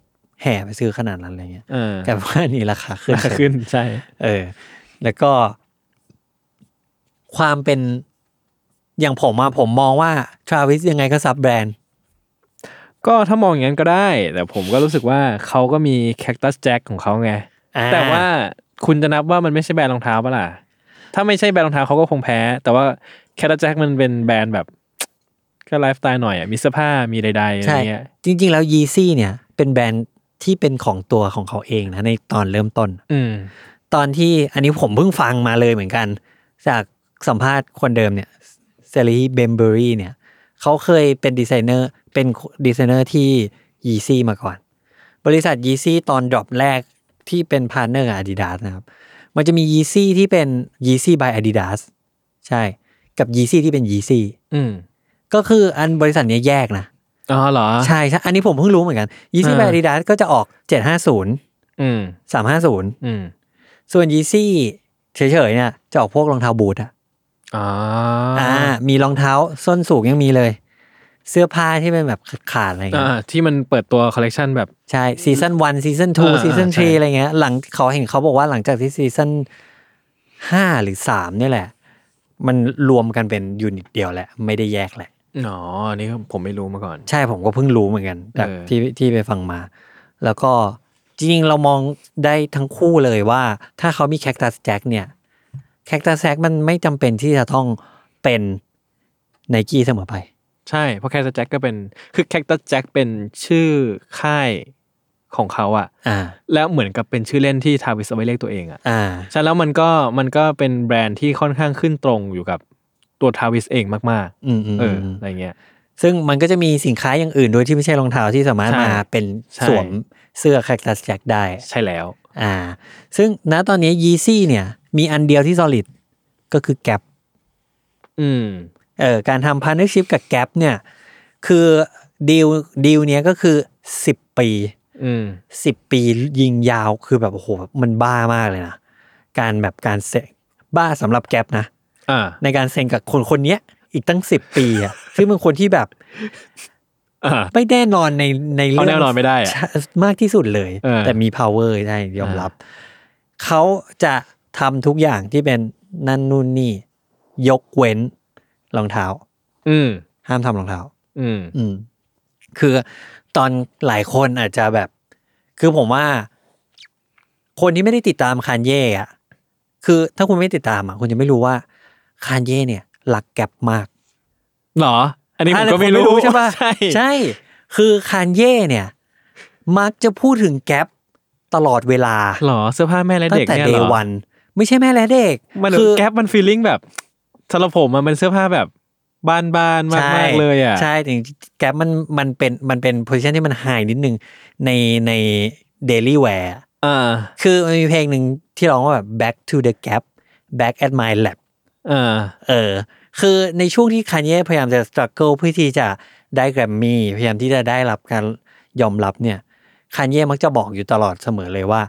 S2: แห่ไปซื้อขนาดนั้นอะไรเงี้ย
S3: เออก
S2: ลายเป็นว่านี่ราคาขึ้น
S3: ราคาขึ้นใช่
S2: เออ แล้วก็ ความเป็นอย่างผมอะผมมองว่าทราวิสยังไงก็ซับแบรนด์
S3: ก็ถ้ามองอย่างนั้นก็ได้ แต่ผมก็รู้สึกว่าเขาก็มีแคคตัสแจ็คของเขาไง
S2: อ่า
S3: แต่ว่าคุณจะนับว่ามันไม่ใช่แบรนด์รองเท้าปะล่ะ ถ้าไม่ใช่แบรนด์รองเท้าเขาก็คงแพ้ แต่ว่าแคคตัสแจ็คมันเป็นแบรนด์แบบ ก็ไลฟ์สไตล์หน่อยอะมีเสื้อผ้ามีใดๆอะไร
S2: ใช่
S3: เงี้ย
S2: จริง ๆ แล้วยีซี่เนี่ย เป็นแบรนด์ที่เป็นของตัวของเขาเองนะ ในตอนเริ่มต้น
S3: อืม
S2: ตอนที่อันนี้ผมเพิ่งฟังมาเลยเหมือนกัน จากสัมภาษณ์คนเดิมเนี่ยเซรีเบมเบอรี่เนี่ยเขาเคยเป็นดีไซเนอร์เป็นดีไซเนอร์ที่ยีซี่มาก่อน บริษัทยีซี่ตอนดรอปแรกที่เป็นพาร์ทเนอร์อาดิดาสนะครับ มันจะมียีซี่ที่เป็นยีซี่ by Adidas ใช่ กับยีซี่ที่เป็นยีซี่
S3: อืม
S2: ก็คืออันบริษัทเนี้ยแยกนะ
S3: อ๋อเหรอ
S2: ใช่ใช่อันนี้ผมเพิ่งรู้เหมือนกันยีซี่ by
S3: อ่า
S2: Adidas ก็จะออก 750
S3: อืม
S2: 350
S3: อืม
S2: ส่วนยีซี่เฉยๆเนี่ยจะออกพวกรองเท้าบูทอะ
S3: อ๋อ
S2: อ่า มีรองเท้าส้นสูงยังมีเลย เสื้อผ้าที่เป็นแบบขาดๆอะไร
S3: อ่า
S2: เงี้ย
S3: ที่มันเปิดตัวคอลเลกชันแบบ
S2: ใช่ซีซั o นวันซีซั o นทู
S3: อ่า
S2: ซีซั o น
S3: ใช่
S2: ทรีอะไรเงี้ยหลังเขาเห็นเขาบอกว่าหลังจากที่ซีซั o นห้าหรือสามเนี่ยแหละ มันรวมกันเป็นยูนิตเดียวแหละ ไม่ได้แยกแหละ
S3: อ๋ออันนี้ผมไม่รู้มาก่อน
S2: ใช่ผมก็เพิ่งรู้เหมือนกันจาก
S3: เออ
S2: ที่ที่ไปฟังมา แล้วก็จริงๆเรามองได้ทั้งคู่เลยว่า ถ้าเขามีแคคตัสแจ็คเนี่ยแคคตัสแจ็คมันไม่จำเป็นที่จะต้องเป็นไนกี้เสมอไป
S3: ใช่เพราะแคคตัสแจ็คก็เป็นคือแคคตัสแจ็คเป็นชื่อค่ายของเขาอะ
S2: อ่า
S3: แล้วเหมือนกับเป็นชื่อเล่นที่ทาวิสเอาไว้เรียกตัวเองอะ
S2: อ่า
S3: ใช่แล้วมันก็มันก็เป็นแบรนด์ที่ค่อนข้างขึ้นตรงอยู่กับตัวทาวิสเองมาก
S2: อืมอืม
S3: ๆ เออ
S2: อืม
S3: อะไรเงี้ย
S2: ซึ่งมันก็จะมีสินค้าอย่างอื่นโดยที่ไม่ใช่รองเท้าที่สามารถ
S3: ใช่
S2: มาเป็น
S3: ใช่
S2: สวมเสื้อแคคตัสแจ็คได้
S3: ใช่แล้ว
S2: อ่า ซึ่งณตอนนี้ยีซี่เนี่ย มีอันเดียวที่ solid ก็คือแก p
S3: อืม
S2: เออการทำพาร์ n เนอร์ชิพกับแก p เนี่ย คือดีลดีลเนี้ยก็คือ 10 ปี
S3: อืม
S2: 10 ปียิงยาวคือแบบโอ้โหมันบ้ามากเลยนะ การแบบการเซ็นบ้าสำหรับแก p นะ
S3: อ่า
S2: ในการเซ็นกับคนคนเนี้ยอีกตั้ง 10 ปีอะซึ่งเป็นคนที่แบบ
S3: อ่า
S2: ไม่แน่นอนในในเรื่
S3: เขาแน่นอนไม่ได้อะ
S2: ใช่มากที่สุดเลย
S3: เออ
S2: แต่มี power ได้ยอมรับ เขาจะทำทุกอย่างที่เป็นนั่นนู่นนี่ ยกเว้นรองเท้า
S3: อืม
S2: ห้ามทำรองเท้า
S3: อืม
S2: อืม คือตอนหลายคนอาจจะแบบ คือผมว่า คนที่ไม่ได้ติดตามคานเย่อะคือถ้าคุณไม่ติดตามอะคุณจะไม่รู้ว่าคานเย่เนี่ยรักแก็บมาก
S3: เหรอ อันนี้ผมก็ไม่
S2: อ่ะ
S3: รู้
S2: ใช่ปะ
S3: ใช่
S2: ใช่ คือคานเย่เนี่ย มักจะพูดถึงแก๊ปตลอดเวลา
S3: เหรอ เสื้อผ้าแม่และ
S2: ตั้
S3: เด็ก
S2: งแต่
S3: เนี่ย
S2: เด
S3: เหรอ
S2: วัน ไม่ใช่แม่และเด็ก
S3: มัน
S2: คื
S3: แก๊ปมันฟีลลิ่งแบบสำหรับผมอะมันเสื้อผ้าแบบบานๆมาก
S2: ใช่
S3: มากๆเลยอ่ะ
S2: ใช่แต่จริงๆแก๊ปมันมันเป็นมันเป็นโพ i ิชันที่มันไฮนิดนึงในในเดลี่แวร์
S3: อ่า
S2: คือมันมีเพลงหนึ่งที่ร้องว่าแบบ back to the gap back at my lab
S3: อ่า
S2: เออ คือในช่วงที่คานเย่พยายามจะส t รั g เกิลเพื่อที่จะได้แกรมมี่พยายามที่จะได้รับการยอมรับเนี่ยคานเย่มักจะบอกอยู่ตลอดเสมอเลยว่า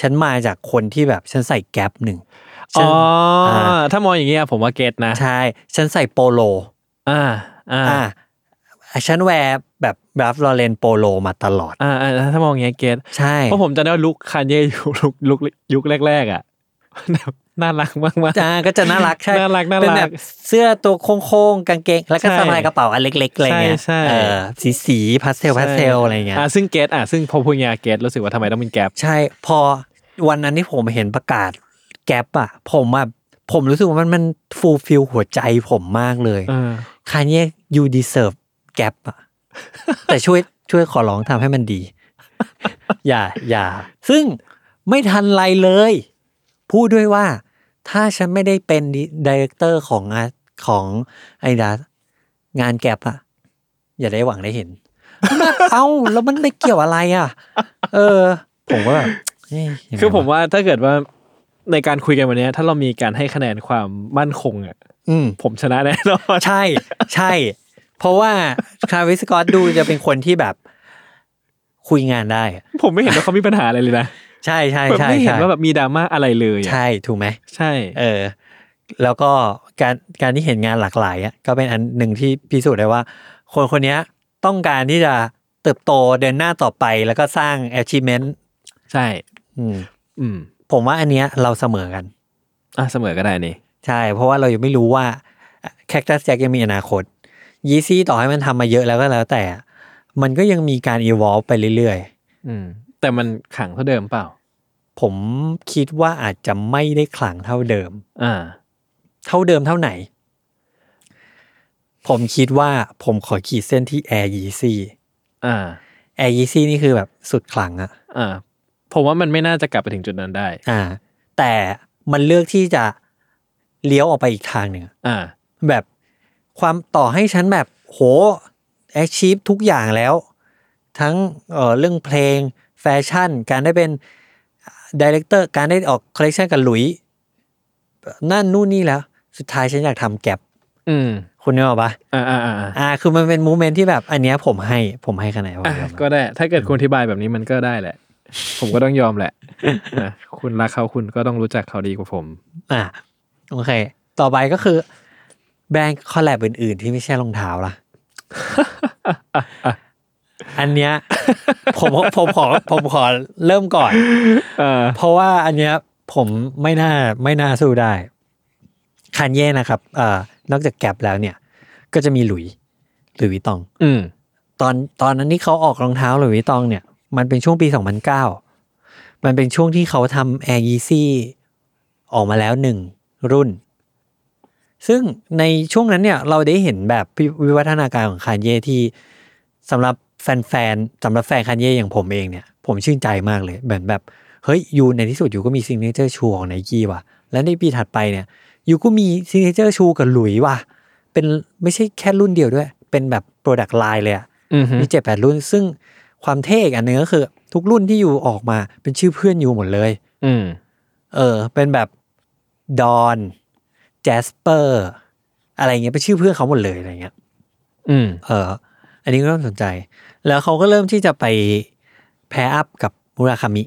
S2: ฉันมาจากคนที่แบบฉันใส่แก๊ปหนึ่งฉั
S3: อ๋
S2: น
S3: ออา ถ้ามองอย่างเงี้ยผมว่าเก็ตนะ
S2: ใช่ฉันใส่โปโล
S3: อ่าอ่า
S2: อ่าฉันแวร์แบบรับลอเรนโปโลมาตลอด
S3: อ่าอ่าถ้ามองอย่างเงี้ยเก็ต
S2: ใช่
S3: เพราะผมจะได้ว่าลุคคานเย่ ยุคลุคลุคยุคแรกๆอ่ะ แบบน่ารักมากๆ
S2: จ้าก็จะน่ารักใช่
S3: น่ารักน่ารัก
S2: เป็นแบบเสื้อตัวโค้งๆกางเกง แล้วก็
S3: ใช่
S2: สะพายกระเป๋าอันเล็กๆอะไรเงี้ย
S3: ใช่ใช่
S2: เออสีสีพาสเทลพาสเทลอะไรเงี้ย
S3: อ่าซึ่งเก็ตอ่ะซึ่งพอพูดอย่างเงี้ยเก็ตรู้สึกว่าทำไมต้องเป็นแก๊ป
S2: ใช่พอวันนั้นที่ผมเห็นประกาศแก๊ปอะผมอะผมรู้สึกว่ามันมันฟูลฟิลหัวใจผมมากเลย
S3: เออ
S2: คานเย่ you deserve แก๊ปอะ แต่ช่วยช่วยขอร้องทำให้มันดี อย่าอย่า ซึ่งไม่ทันไรเลย พูดด้วยว่า ถ้าฉันไม่ได้เป็นดีเรคเตอร์ของอาของไอดางานแก๊ปอะอย่าได้หวังได้เห็น เอ้า แล้วมันได้เกี่ยวอะไรอ่ะ เออ ผมก็แบบเะยังไง
S3: คือผม
S2: วะ
S3: ว่าถ้าเกิดว่าในการคุยกันวันเนี้ยถ้าเรามีการให้คะแนนความมั่นคงอ่ะ
S2: อืม
S3: ผมชนะแน่นอน
S2: ใช่ ใช่ เพราะว่าคาวิสกอตดูจะเป็นคนที่แบบ คุยงานได้อะ
S3: ผมไม่เห็นว่าเขามีปัญหาอะไรเลยนะ
S2: ใช่ใช่
S3: แบบ
S2: ใช่
S3: ไม่เห็น
S2: ใช่
S3: ว่าแบบมีดราม่าอะไรเลยอะ
S2: ใช่ ถูกไหม
S3: ใช่
S2: เออ แล้วก็การการที่เห็นงานหลากหลายอะก็เป็นอันหนึ่งที่พิสูจน์ได้ว่า คนคนเนี้ยต้องการที่จะเติบโตเดินหน้าต่อไป แล้วก็สร้าง achievement
S3: ใช่
S2: อืม
S3: อืม
S2: ผมว่าอันเนี้ยเราเสมอกัน
S3: อ่ะเสมอก็ได้นี่
S2: ใช่ เพราะว่าเรายังไม่รู้ว่าแคคตัสแจ็คยังมีอนาคตยีซี่ต่อให้มันทำมาเยอะแล้วก็แล้วแต่ มันก็ยังมีการอีวอลไปเรื่อย
S3: อืม แต่มันขังเท่าเดิมเปล่า
S2: ๆ ผมคิดว่าอาจจะไม่ได้ขลังเท่าเดิม
S3: อ่า
S2: เท่าเดิมเท่าไหน ผมคิดว่าผมขอขีดเส้นที่แอร์ยีซี่
S3: อ่า
S2: แอร์ยีซี่นี่คือแบบสุดขลังอะ
S3: อ่า ผมว่ามันไม่น่าจะกลับไปถึงจุดนั้นได้
S2: อ่า แต่มันเลือกที่จะเลี้ยวออกไปอีกทางหนึ่งอะ
S3: อ่า
S2: แบบความต่อให้ฉันแบบโห achieve ทุกอย่างแล้ว ทั้งเอ่อเรื่องเพลงแฟชั่น การได้เป็นดีเลกเตอร์การได้ออกคอลเล t ชันกับหลุยส์นั่นนู่นนี่แล้ว สุดท้ายฉันอยากทำแก็บ
S3: อืม
S2: คุณนึกออกปะ
S3: อ่าอ่าอ่า
S2: อ่า คือมันเป็นมูเมนที่แบบ อันเนี้ยผมให้ผมให้คะแนนผม
S3: อ่ะ
S2: ยอมรับ
S3: ก็ได้ ถ้าเกิดคุณอธิบายแบบนี้มันก็ได้แหละ ผมก็ต้องยอมแหละนะคุณรักเขาคุณก็ต้องรู้จักเขาดีกว่าผม
S2: อ่าโอเค ต่อไปก็คือ แบรนด์คอลแลบอื่น ๆ ที่ไม่ใช่รองเท้า ล่ะ อันเนี้ยผมผมขอผมขอเริ่มก่อน
S3: เออ
S2: เพราะว่าอันเนี้ยผมไม่น่าไม่น่าสู้ได้คานเย่นะครับเอ่อนอกจากแกลบแล้วเนี่ย ก็จะมีหลุย หรือวิตอง
S3: อืม
S2: ตอนตอนนั้นที่เขาออกรองเท้าหรือวิตองเนี่ย มันเป็นช่วงปี 2009 มันเป็นช่วงที่เขาทำแอร์ยีซี่ออกมาแล้วหนึ่งรุ่น ซึ่งในช่วงนั้นเนี่ยเราได้เห็นแบบวิวัฒนาการของคานเย่ที่สำหรับแฟนๆสำหรับแฟนคานเย่อย่างผมเองเนี่ย ผมชื่นใจมากเลยเหมือนแบบ เฮ้ยยูในที่สุดยูก็มีซิงเกิลเจอร์ชูของไนกี้ว่ะ และในปีถัดไปเนี่ยยูก็มีซิงเกิลเจอร์ชูกับหลุยส์ว่ะ เป็นไม่ใช่แค่รุ่นเดียวด้วย เป็นแบบโปรดักต์ไลน์เลยอะ
S3: อืม
S2: มีเจ็ดแปดรุ่น ซึ่งความเท่อีกอันหนึงก็คือ ทุกรุ่นที่อยู่ออกมาเป็นชื่อเพื่อนอยู่หมดเลย
S3: อืม
S2: เออ เป็นแบบดอนแจสเปอร์อะไรเงี้ยเป็นชื่อเพื่อนเขาหมดเลยอะไรเงี้ย
S3: อืม
S2: เออ อันนี้ก็น่าสนใจ แล้วเขาก็เริ่มที่จะไปแพ้อัพกับมุราคามิ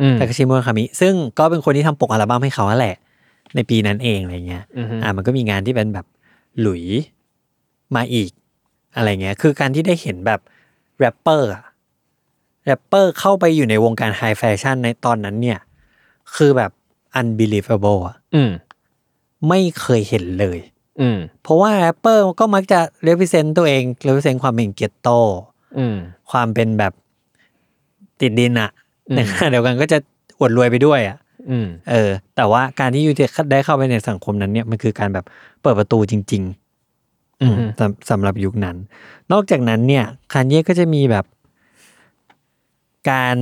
S3: อืม
S2: ทาคาชิมุราคามิ ซึ่งก็เป็นคนที่ทำปกอัลบั้มให้เขานั่นแหละ ในปีนั้นเองอะไรเงี้ย
S3: อืม
S2: อ่ามันก็มีงานที่เป็นแบบหลุยมาอีก อะไรเงี้ย คือการที่ได้เห็นแบบแรปเปอร์อะแรปเปอร์เข้าไปอยู่ในวงการไฮแฟชั่นในตอนนั้นเนี่ย คือแบบ unbelievable อะ
S3: อืม
S2: ไม่เคยเห็นเลย
S3: อืม
S2: เพราะว่าแรปเปอร์ก็มักจะ represent ตัวเอง represent ความเป็นเกียรติโต
S3: อืม
S2: ความเป็นแบบติดดินอะ
S3: อืม
S2: ในขณะเดียวกันก็จะอวดรวยไปด้วยอะ
S3: อืม
S2: เออแต่ว่าการที่ยูได้เข้าไปในสังคมนั้นเนี่ยมันคือการแบบเปิดประตูจริง ๆ อืมสำสำหรับยุคนั้น นอกจากนั้นเนี่ยคานเย่ก็จะมีแบบ การ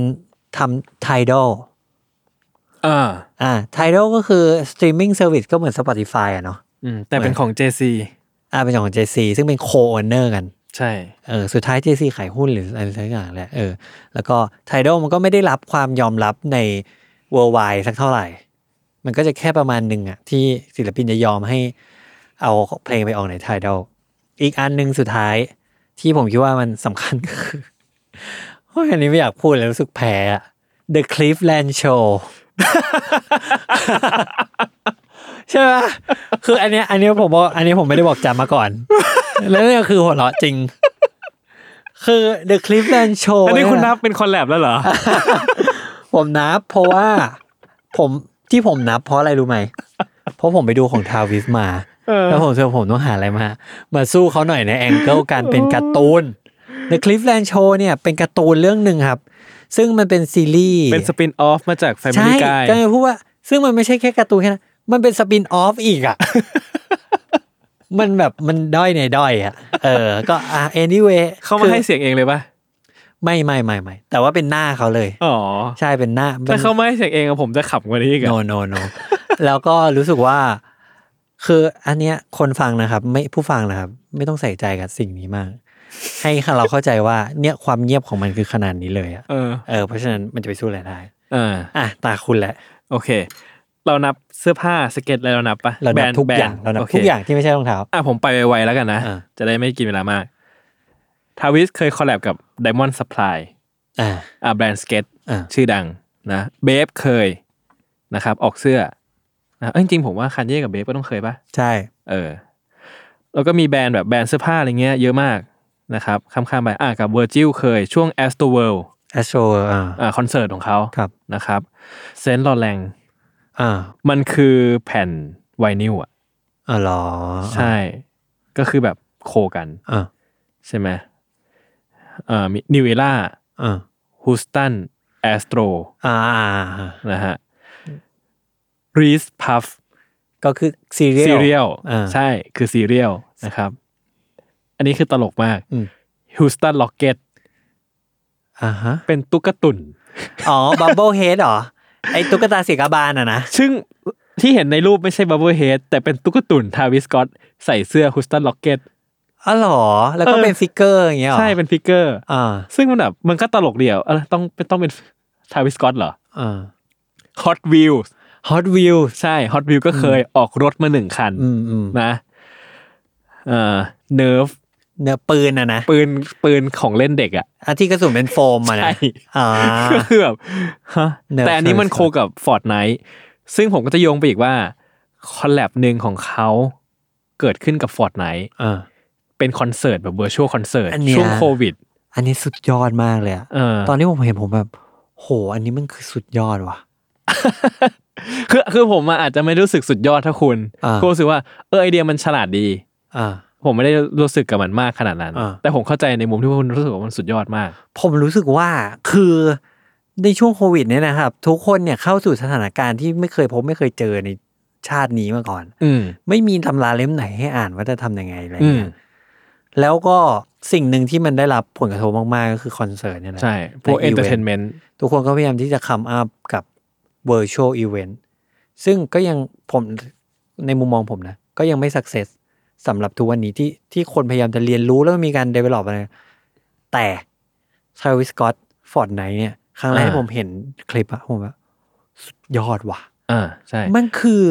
S2: ทำไทดอล
S3: อ่า
S2: อ่าไทดอลก็คือสตรีมมิ่งเซอร์วิสก็เหมือน Spotify อะเนาะ
S3: อืมแต่เป็นของ JC
S2: อ่าเป็นของ JC ซึ่งเป็นโคเอเนอร์กัน
S3: ใช่
S2: เออสุดท้าย JC ขายหุ้นหรืออะไรสักอย่างแหละเออแล้วก็ Tidal มันก็ไม่ได้รับความยอมรับใน worldwide สักเท่าไหร่ มันก็จะแค่ประมาณหนึ่งอะที่ศิลปินจะยอมให้เอาเพลงไปออกใน Tidal อีกอันหนึ่งสุดท้ายที่ผมคิดว่ามันสำคัญ ก็คือโอ้ยอันนี้ไม่อยากพูดเลยรู้สึกแพ้อะ The Cleveland Show ใช่ไหมคืออันเนี้ยอันเนี้ยผมบอกอันเนี้ยผมไม่ได้บอกจำมาก่อน แล้วเนี่ยคือหัวเราะจริง คือ The Cleveland Show
S3: อันนี้คุณนับ
S2: เย
S3: เป็นคอลแลบแล้วเหรอ
S2: ผมนับ เพราะว่าผมที่ผมนับเพราะอะไรรู้ไหม เพราะผมไปดูของทาวิสมา
S3: เออ
S2: แล้วผมเจอผมต้องหาอะไรมา มาสู้เขาหน่อยในแองเกิลการเป็นการ์ตูน The Cleveland Show เนี่ยเป็นการ์ตูนเรื่องหนึ่งครับ ซึ่งมันเป็นซีรีส์
S3: เป็นสปินออฟมาจาก
S2: ใช่
S3: Family Guy
S2: ก็เลยพูดว่า ซึ่งมันไม่ใช่แค่การ์ตูนแค่นั้นมันเป็นสปินออฟอีกอ่ะ มันแบบมันด้อยในด้อยอ่ะ เออ ก็อ่ะ anyway
S3: เขามาให้เสียงเองเลยปะ
S2: ไม่ไม่ไม่ไม่แต่ว่าเป็นหน้าเขาเลย
S3: อ๋อ
S2: ใช่เป็นหน้า
S3: ถ้าเขาไม่ให้เสียงเองอะผมจะขำกว่านี้อีก
S2: โน
S3: อะ
S2: โนโน แล้วก็รู้สึกว่า คืออันเนี้ยคนฟังนะครับ ไม่ผู้ฟังนะครับ ไม่ต้องใส่ใจกับสิ่งนี้มาก ให้เราเข้าใจว่าเนี่ยความเงียบของมันคือขนาดนี้เลยอ่ะ
S3: เออ
S2: เออเพราะฉะนั้นมันจะไปสู้อะไรได้
S3: เออ
S2: อ่ะตาคุณแหละ
S3: โอเค เรานับเสื้อผ้าสเก็ตอะไรเรานับปะ
S2: เรา
S3: แบ
S2: นับ
S3: นด์
S2: ทุก
S3: แบนด์
S2: อย่างเรานับ
S3: โค
S2: ทุกอย่างที่ไม่ใช่รองเท้า
S3: อ่ะผมไปไวๆแล้วกันนะ
S2: อ่า
S3: จะได้ไม่กินเวลามาก ทาวิสเคยคอลแลบกับ Diamond Supply
S2: อ่า
S3: อ่ะแบรนด์สเก็ต
S2: อ่า
S3: ชื่อดังนะเบฟเคยนะครับ ออกเสื้อนะเอ้ยจริงๆผมว่าคันเย่กับเบฟก็ต้องเคยปะ
S2: ใช่
S3: เออ แล้วก็มีแบรนด์แบบแบรนด์เสื้อผ้าอะไรเงี้ยเยอะมากนะครับข้ามๆไปอ่ะกับเวอร์จิลเคยช่วง a s t o World
S2: a s t r o อ่า
S3: อ่าคอนเสิร์ตของเขา
S2: ครับ
S3: นะครับเซนต์ลอแรง
S2: อ่า
S3: มันคือแผ่นไวนิลอ่ะ
S2: อ๋อเหรอ
S3: ใช่ ก็คือแบบโคกัน
S2: อ่า
S3: ใช่ไหมเอ่อมีนิวเอล่า
S2: อ่า
S3: ฮ t สตันแอสโตร
S2: อ่า
S3: นะฮะรีสพัฟ
S2: ก็คือซีเรียล
S3: ซีเรียล
S2: อ่า
S3: ใช่คือซีเรียลนะครับ อันนี้คือตลกมาก
S2: อืม
S3: ฮ t สตันล็อกเก็ต
S2: อ่าฮะ
S3: เป็นตุ๊กตุน
S2: อ๋อ บับเบิลเฮดเหรอ ไอ้ตุ๊กตาเสียกาบาลอ่ะนะ
S3: ซึ่งที่เห็นในรูปไม่ใช่บับเบิลเฮดแต่เป็นตุ๊กตุนทาวิสกอตใส่เสื้อฮ u สตันล็อกเก็ต
S2: อ๋อเหรอ แล้วก็
S3: เออ
S2: เป็นฟิกเกอร์อย่างเงี้ยเหรอ
S3: ใช่เป็นฟิกเกอร์
S2: อ่า
S3: ซึ่งมันแบบมันก็ตลกเดียวเออต้องเป็นต้องเป็นทาวิสกอตเหรอ
S2: อ่า
S3: ฮอตวิว
S2: ฮอตวิว
S3: ใช่ฮอตวิวก็เคยออกรถมาหนึ่งคัน
S2: อืมอืม
S3: นะเอ่อเนิร์ฟ
S2: เนื้อปืนอ่ะนะ
S3: ปืนปืนของเล่นเด็กอ่ะ
S2: อ่ะที่กระสุนเป็นโฟมอ่ะนะ
S3: ใช่
S2: อ่า
S3: ก็คือแบบฮะ
S2: Nerf
S3: แต่อันนี้มัน
S2: ใช่
S3: โคกับฟอร์ดไนท์ซึ่งผมก็จะโยงไปอีกว่าคอลแลบหนึ่งของเขาเกิดขึ้นกับฟอร์ดไนท์
S2: อ่า
S3: เป็นคอนเสิร์ตแบบเวอร์ชวลคอนเสิร์ต
S2: อันเนี้ย
S3: ช่วงโควิด
S2: อันนี้สุดยอดมากเลยอะ
S3: เออ
S2: ตอนที่ผมเห็นผมแบบ โห อันนี้มันคือสุดยอดว่ะ
S3: คือคือผมอะอาจจะไม่รู้สึกสุดยอดถ้าคุณ
S2: อ่า
S3: ก็รู้สึกว่าเออไอเดียมันฉลาดดี
S2: อ่า
S3: ผมไม่ได้รู้สึกกับมันมากขนาดนั้น
S2: อ่า
S3: แต่ผมเข้าใจในมุมที่คุณรู้สึกว่ามันสุดยอดมาก
S2: ผมรู้สึกว่าคือในช่วงโควิดเนี่ยนะครับ ทุกคนเนี่ยเข้าสู่สถานการณ์ที่ไม่เคยพบไม่เคยเจอในชาตินี้มาก่อน
S3: อืม
S2: ไม่มีตำราเล่มไหนให้อ่านว่าจะทำยังไงอะไรเงี้ย
S3: อืม
S2: แล้วก็สิ่งหนึ่งที่มันได้รับผลกระทบมากๆ ก็คือคอนเสิร์ตเนี่ยแหละ
S3: ใช่พวก
S2: ใ
S3: เอนเตอ
S2: event
S3: ร์เทนเมนต์
S2: ทุกคนก็พยายามที่จะคัมอัพกับ virtual event ซึ่งก็ยังผมในมุมมองผมนะ ก็ยังไม่ success สำหรับทุกวันนี้ที่ที่คนพยายามจะเรียนรู้แล้วมีการ develop อะไร แต่ Travis Scott Fortnite เนี่ย ครั้งแรก
S3: อ่า
S2: ที่ผมเห็นคลิปอะผมแบบสุดยอดว่ะ
S3: อ่าใช่
S2: มันคือ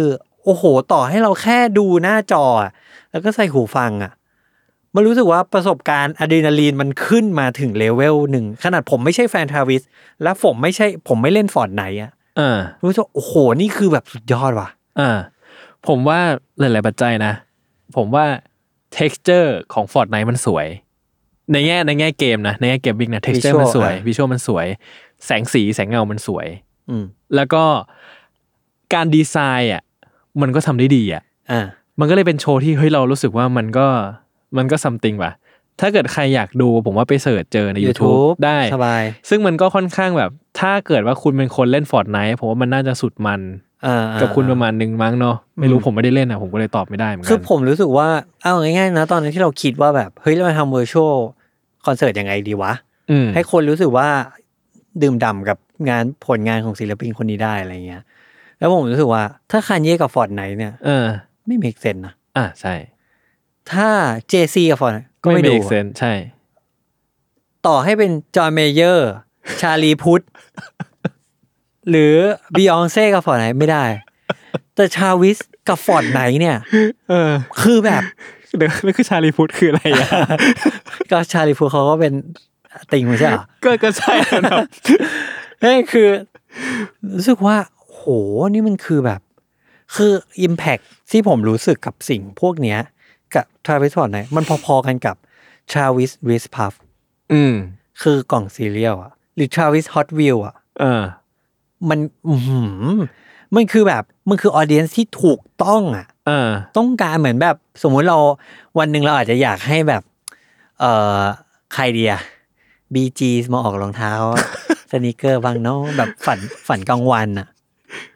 S2: โอ้โห ต่อให้เราแค่ดูหน้าจออะแล้วก็ใส่หูฟังอะมันรู้สึกว่าประสบการณ์อะดรีนาลีนมันขึ้นมาถึงเลเวลหนึ่ง ขนาดผมไม่ใช่แฟนทาวิส และผมไม่ใช่ ผมไม่เล่นฟอร์ดไหนอะ
S3: อ่า
S2: รู้สึกว่าโอ้โห นี่คือแบบสุดยอดว่ะ
S3: อ่า ผมว่าหลาย ๆ ปัจจัยนะ ผมว่า texture ของ Fortnite มันสวย ในแง่ในแง่เกมนะ ในแง่เกมบิ๊กนะ texture
S2: Visual
S3: มันสวย
S2: อ่ะ
S3: วิชวลมันสวย แสงสีแสงเงามันสวย
S2: อืม
S3: แล้วก็การดีไซน์อ่ะมันก็ทำได้ดีอ่ะ
S2: อ่า
S3: มันก็เลยเป็นโชว์ที่เฮ้ยเรารู้สึกว่ามันก็มันก็ซัมติงว่ะ ถ้าเกิดใครอยากดูผมว่าไปเสิร์ชเจอใน YouTube,
S2: YouTube
S3: ได้
S2: สบาย
S3: ซึ่งมันก็ค่อนข้างแบบ ถ้าเกิดว่าคุณเป็นคนเล่น Fortnite ผมว่ามันน่าจะสุดมัน
S2: อ่า
S3: กับคุณประ
S2: อ่
S3: มาณนึงมั้งเนาะไม่รู้ผมไม่ได้เล่นอะผมก็เลยตอบไม่ได้เหมือน
S2: า
S3: กั
S2: คือผมรู้สึกว่า เอาง่ายๆนะ ตอนนั้นที่เราคิดว่าแบบ เฮ้ย เราจะทำเวอร์ชวลคอนเสิร์ตยังไงดีวะ
S3: อืม
S2: ให้คนรู้สึกว่าดื่มด่ำกับงานผลงานของศิลปินคนนี้ได้อะไรเงี้ย แล้วผมรู้สึกว่าถ้าคานเย่กับฟอร์ดไนเนี่ย
S3: เออ
S2: ไม่ make sense นะ
S3: อ่ะใช่
S2: ถ้าเจซีกับฟอร์ดก็
S3: ไม่
S2: ไม่
S3: เบร
S2: ดู
S3: กเซนใช่
S2: ต่อให้เป็นจอห์นเมเยอร์ ชาลีพุทธ หรือบิยองเซ่กับฟอร์ดไนไม่ได้ แต่ชาวิสกับฟอร์ดไนเนี่ย
S3: เออ
S2: คือแบบ
S3: เดี๋ยว แล้วคือชาลีพุทธคืออะไรอะ
S2: ก็ชาลีพุทธเขาก็เป็นติงไม่ใช่เหรอ
S3: ก็ก็ใช่นะครับ
S2: เฮ้ยคือรู้สึกว่า โหนี่มันคือแบบ คือ Impact ที่ผมรู้สึกกับสิ่งพวกเนี้ย กับทราวิสพอร์ตเนี่ยมันพอๆกันกับทราวิสวิสพัฟ
S3: อืม
S2: คือกล่องซีเรียลอะหรือทราวิสฮอตวิวอะ
S3: เออ
S2: มันอื้อหือมันคือแบบ มันคือออเดียนที่ถูกต้องอะ
S3: เออ
S2: ต้องการเหมือนแบบสมมุติเราวันหนึ่งเราอาจจะอยากให้แบบ เอ่อใครเดียบีจีมาออกรองเท้า สนิเกอร์บางเนาะแบบฝันฝันกลางวันอ่ะ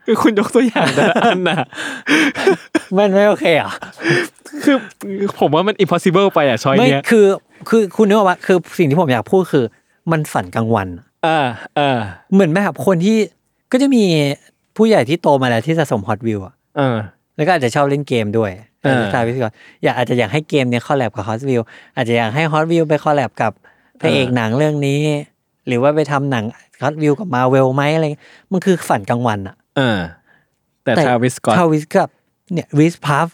S3: คือคุณยกตัวอย่างแต่ละอันน่ะ
S2: มันไม่โอเคเหรอ่ะ
S3: คือ ผมว่ามัน impossible ไปอ่ะช้อย
S2: ไม่
S3: เนี้ย
S2: คือคือคุณนึกออกปะคือสิ่งที่ผมอยากพูดคือ มันฝันกลางวันอะ
S3: เอ่าอ่า
S2: เหมือนแบบคนที่ก็จะมีผู้ใหญ่ที่โตมาแล้วที่สะสมฮอตวิวอ่ะ
S3: เออ
S2: แล้วก็อาจจะชอบเล่นเกมด้วย
S3: เออ
S2: ตาวิศกรอยากอาจจะอยากให้เกมเนี่ยคอลแลบกับฮอตวิวอาจจะอยากให้ฮอตวิวไปคอลแลบกับพระเอกหนังเรื่องนี้ หรือว่าไปทำหนังฮอตวิวกับมาเวลไหมอะไรเงี้ยมันคือฝันกลางวันอะ
S3: เออ แต่ทาวิสกอต
S2: ทาวิสกับเนี่ยวิสพัฟ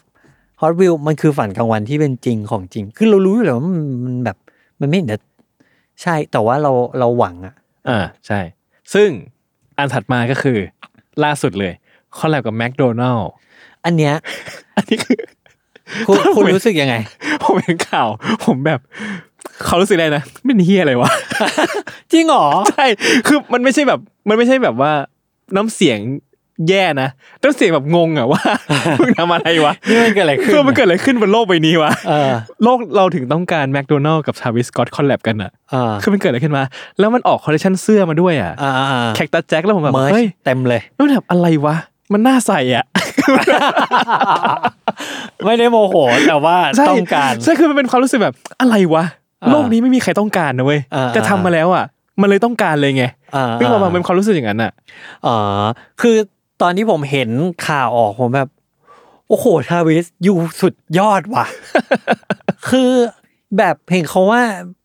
S2: ฮอตวิวมันคือฝันกลางวันที่เป็นจริงของจริง คือเรารู้อยู่แล้วว่ามันมันแบบ มันไม่เห็นจะใช่แต่ว่าเราเราหวังอะ
S3: อ่าใช่ ซึ่งอันถัดมาก็คือ ล่าสุดเลยคอลแลบกับแม d โดนัล
S2: อันเนี้ย
S3: อันนี้คือ
S2: คุณ คุณรู้สึกยังไง
S3: ผมเห็นข่าว ผมแบบ เขารู้สึกได้นะไม่เฮียอะไร วะ
S2: จริงเหรอ
S3: ใช่คือมันไม่ใช่แบบ มันไม่ใช่แบบว่า น้ำเสียงแย่นะน้ำเสียงแบบงงอะ ว่า เพิ่งทำอะไรวะ
S2: นี่มันเกิดอะไรขึ้น
S3: คือมันเกิดอะไรขึ้นบนโลกใบนี้วะ
S2: เออ
S3: โลกเราถึงต้องการแม d โดนัลกับชาวิสกอตคอลแลบกันอะ
S2: เออ
S3: คือมันเกิดอะไรขึ้นมา แล้วมันออกคอลเลคชันเสื้อมาด้วยอะ
S2: อ่าอ่าอ่า
S3: แคคตัสแจ็คแล้วผมแบบ
S2: เมิร์ช
S3: เฮ้ย
S2: เต็มเลย
S3: แล้วแบบอะไรวะ มันน่าใส่อะ
S2: ไม่ได้โมโหแต่ว่าต้องการ
S3: ใช่คือมันเป็นความรู้สึกแบบอะไรวะ
S2: อ่า
S3: โลกนี้ไม่มีใครต้องการนะเว้ย
S2: อ่า
S3: แต่ทำมาแล้วอ่ะ มันเลยต้องการเลยไง
S2: อ่า
S3: ซึ่งเรามันเป็นความรู้สึกอย่างนั้นอ่ะ
S2: อ่าคือตอนที่ผมเห็นข่าวออกผมแบบ โอ้โหทาวิสอยู่สุดยอดว่ะ คือแบบเห็นเขาว่า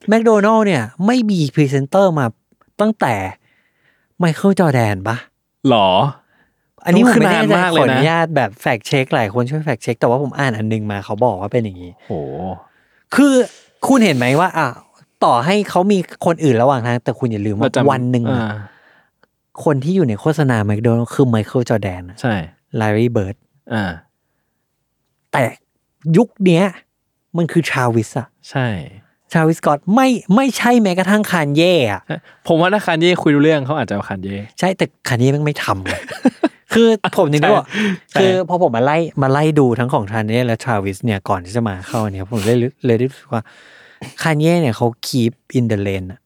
S2: แม d โดนัลเนี่ย ไม่มีพรีเซนเตอร์มาตั้งแต่ไมเคิลจอแดนปะ
S3: หรอ
S2: อันนี้
S3: โอ้
S2: ผมไม่
S3: คือ
S2: แน่
S3: นาน
S2: ใจ
S3: มาก
S2: ข
S3: เลยนะ
S2: ออนุญาตแบบแฟกเช็คหลายคนช่วยแฟกเช็คแต่ว่าผมอ่านอันนึงมาเขาบอกว่าเป็นอย่างนี้
S3: โห
S2: คือคุณเห็นไหมว่าอ่ะต่อให้เขามีคนอื่นระหว่างทาง แต่คุณอย่าลืม
S3: เรา
S2: ว่า
S3: จำ
S2: วันหนึ่งอะ
S3: อ่า
S2: คนที่อยู่ในโฆษณาแมคโดนัลคือไมเคิลจอแดน
S3: ใช่
S2: ลารีเบิร์ด
S3: อ่า
S2: แต่ยุคเนี้ย มันคือชาวิสอะ
S3: ใช่
S2: ทราวิสกอตไม่ไม่ใช่แม้กระทั่งคานเย่อะ
S3: ผมว่าถ้าคานเย่คุยรู้เรื่องเขาอาจจะเอาคานเย่
S2: ใช่แต่คานเย่แมันไม่ทำเลย คือผมถึงได้บอก
S3: ใช่
S2: คือพอผมมาไล่มาไล่ดูทั้งของคานเย่และทราวิสเนี่ยก่อนที่จะมาเข้าอันเนี่ยผมเลยเลยรู้สึกว่าคานเย่เนี่ยเขาคีปอินเดเลนอะ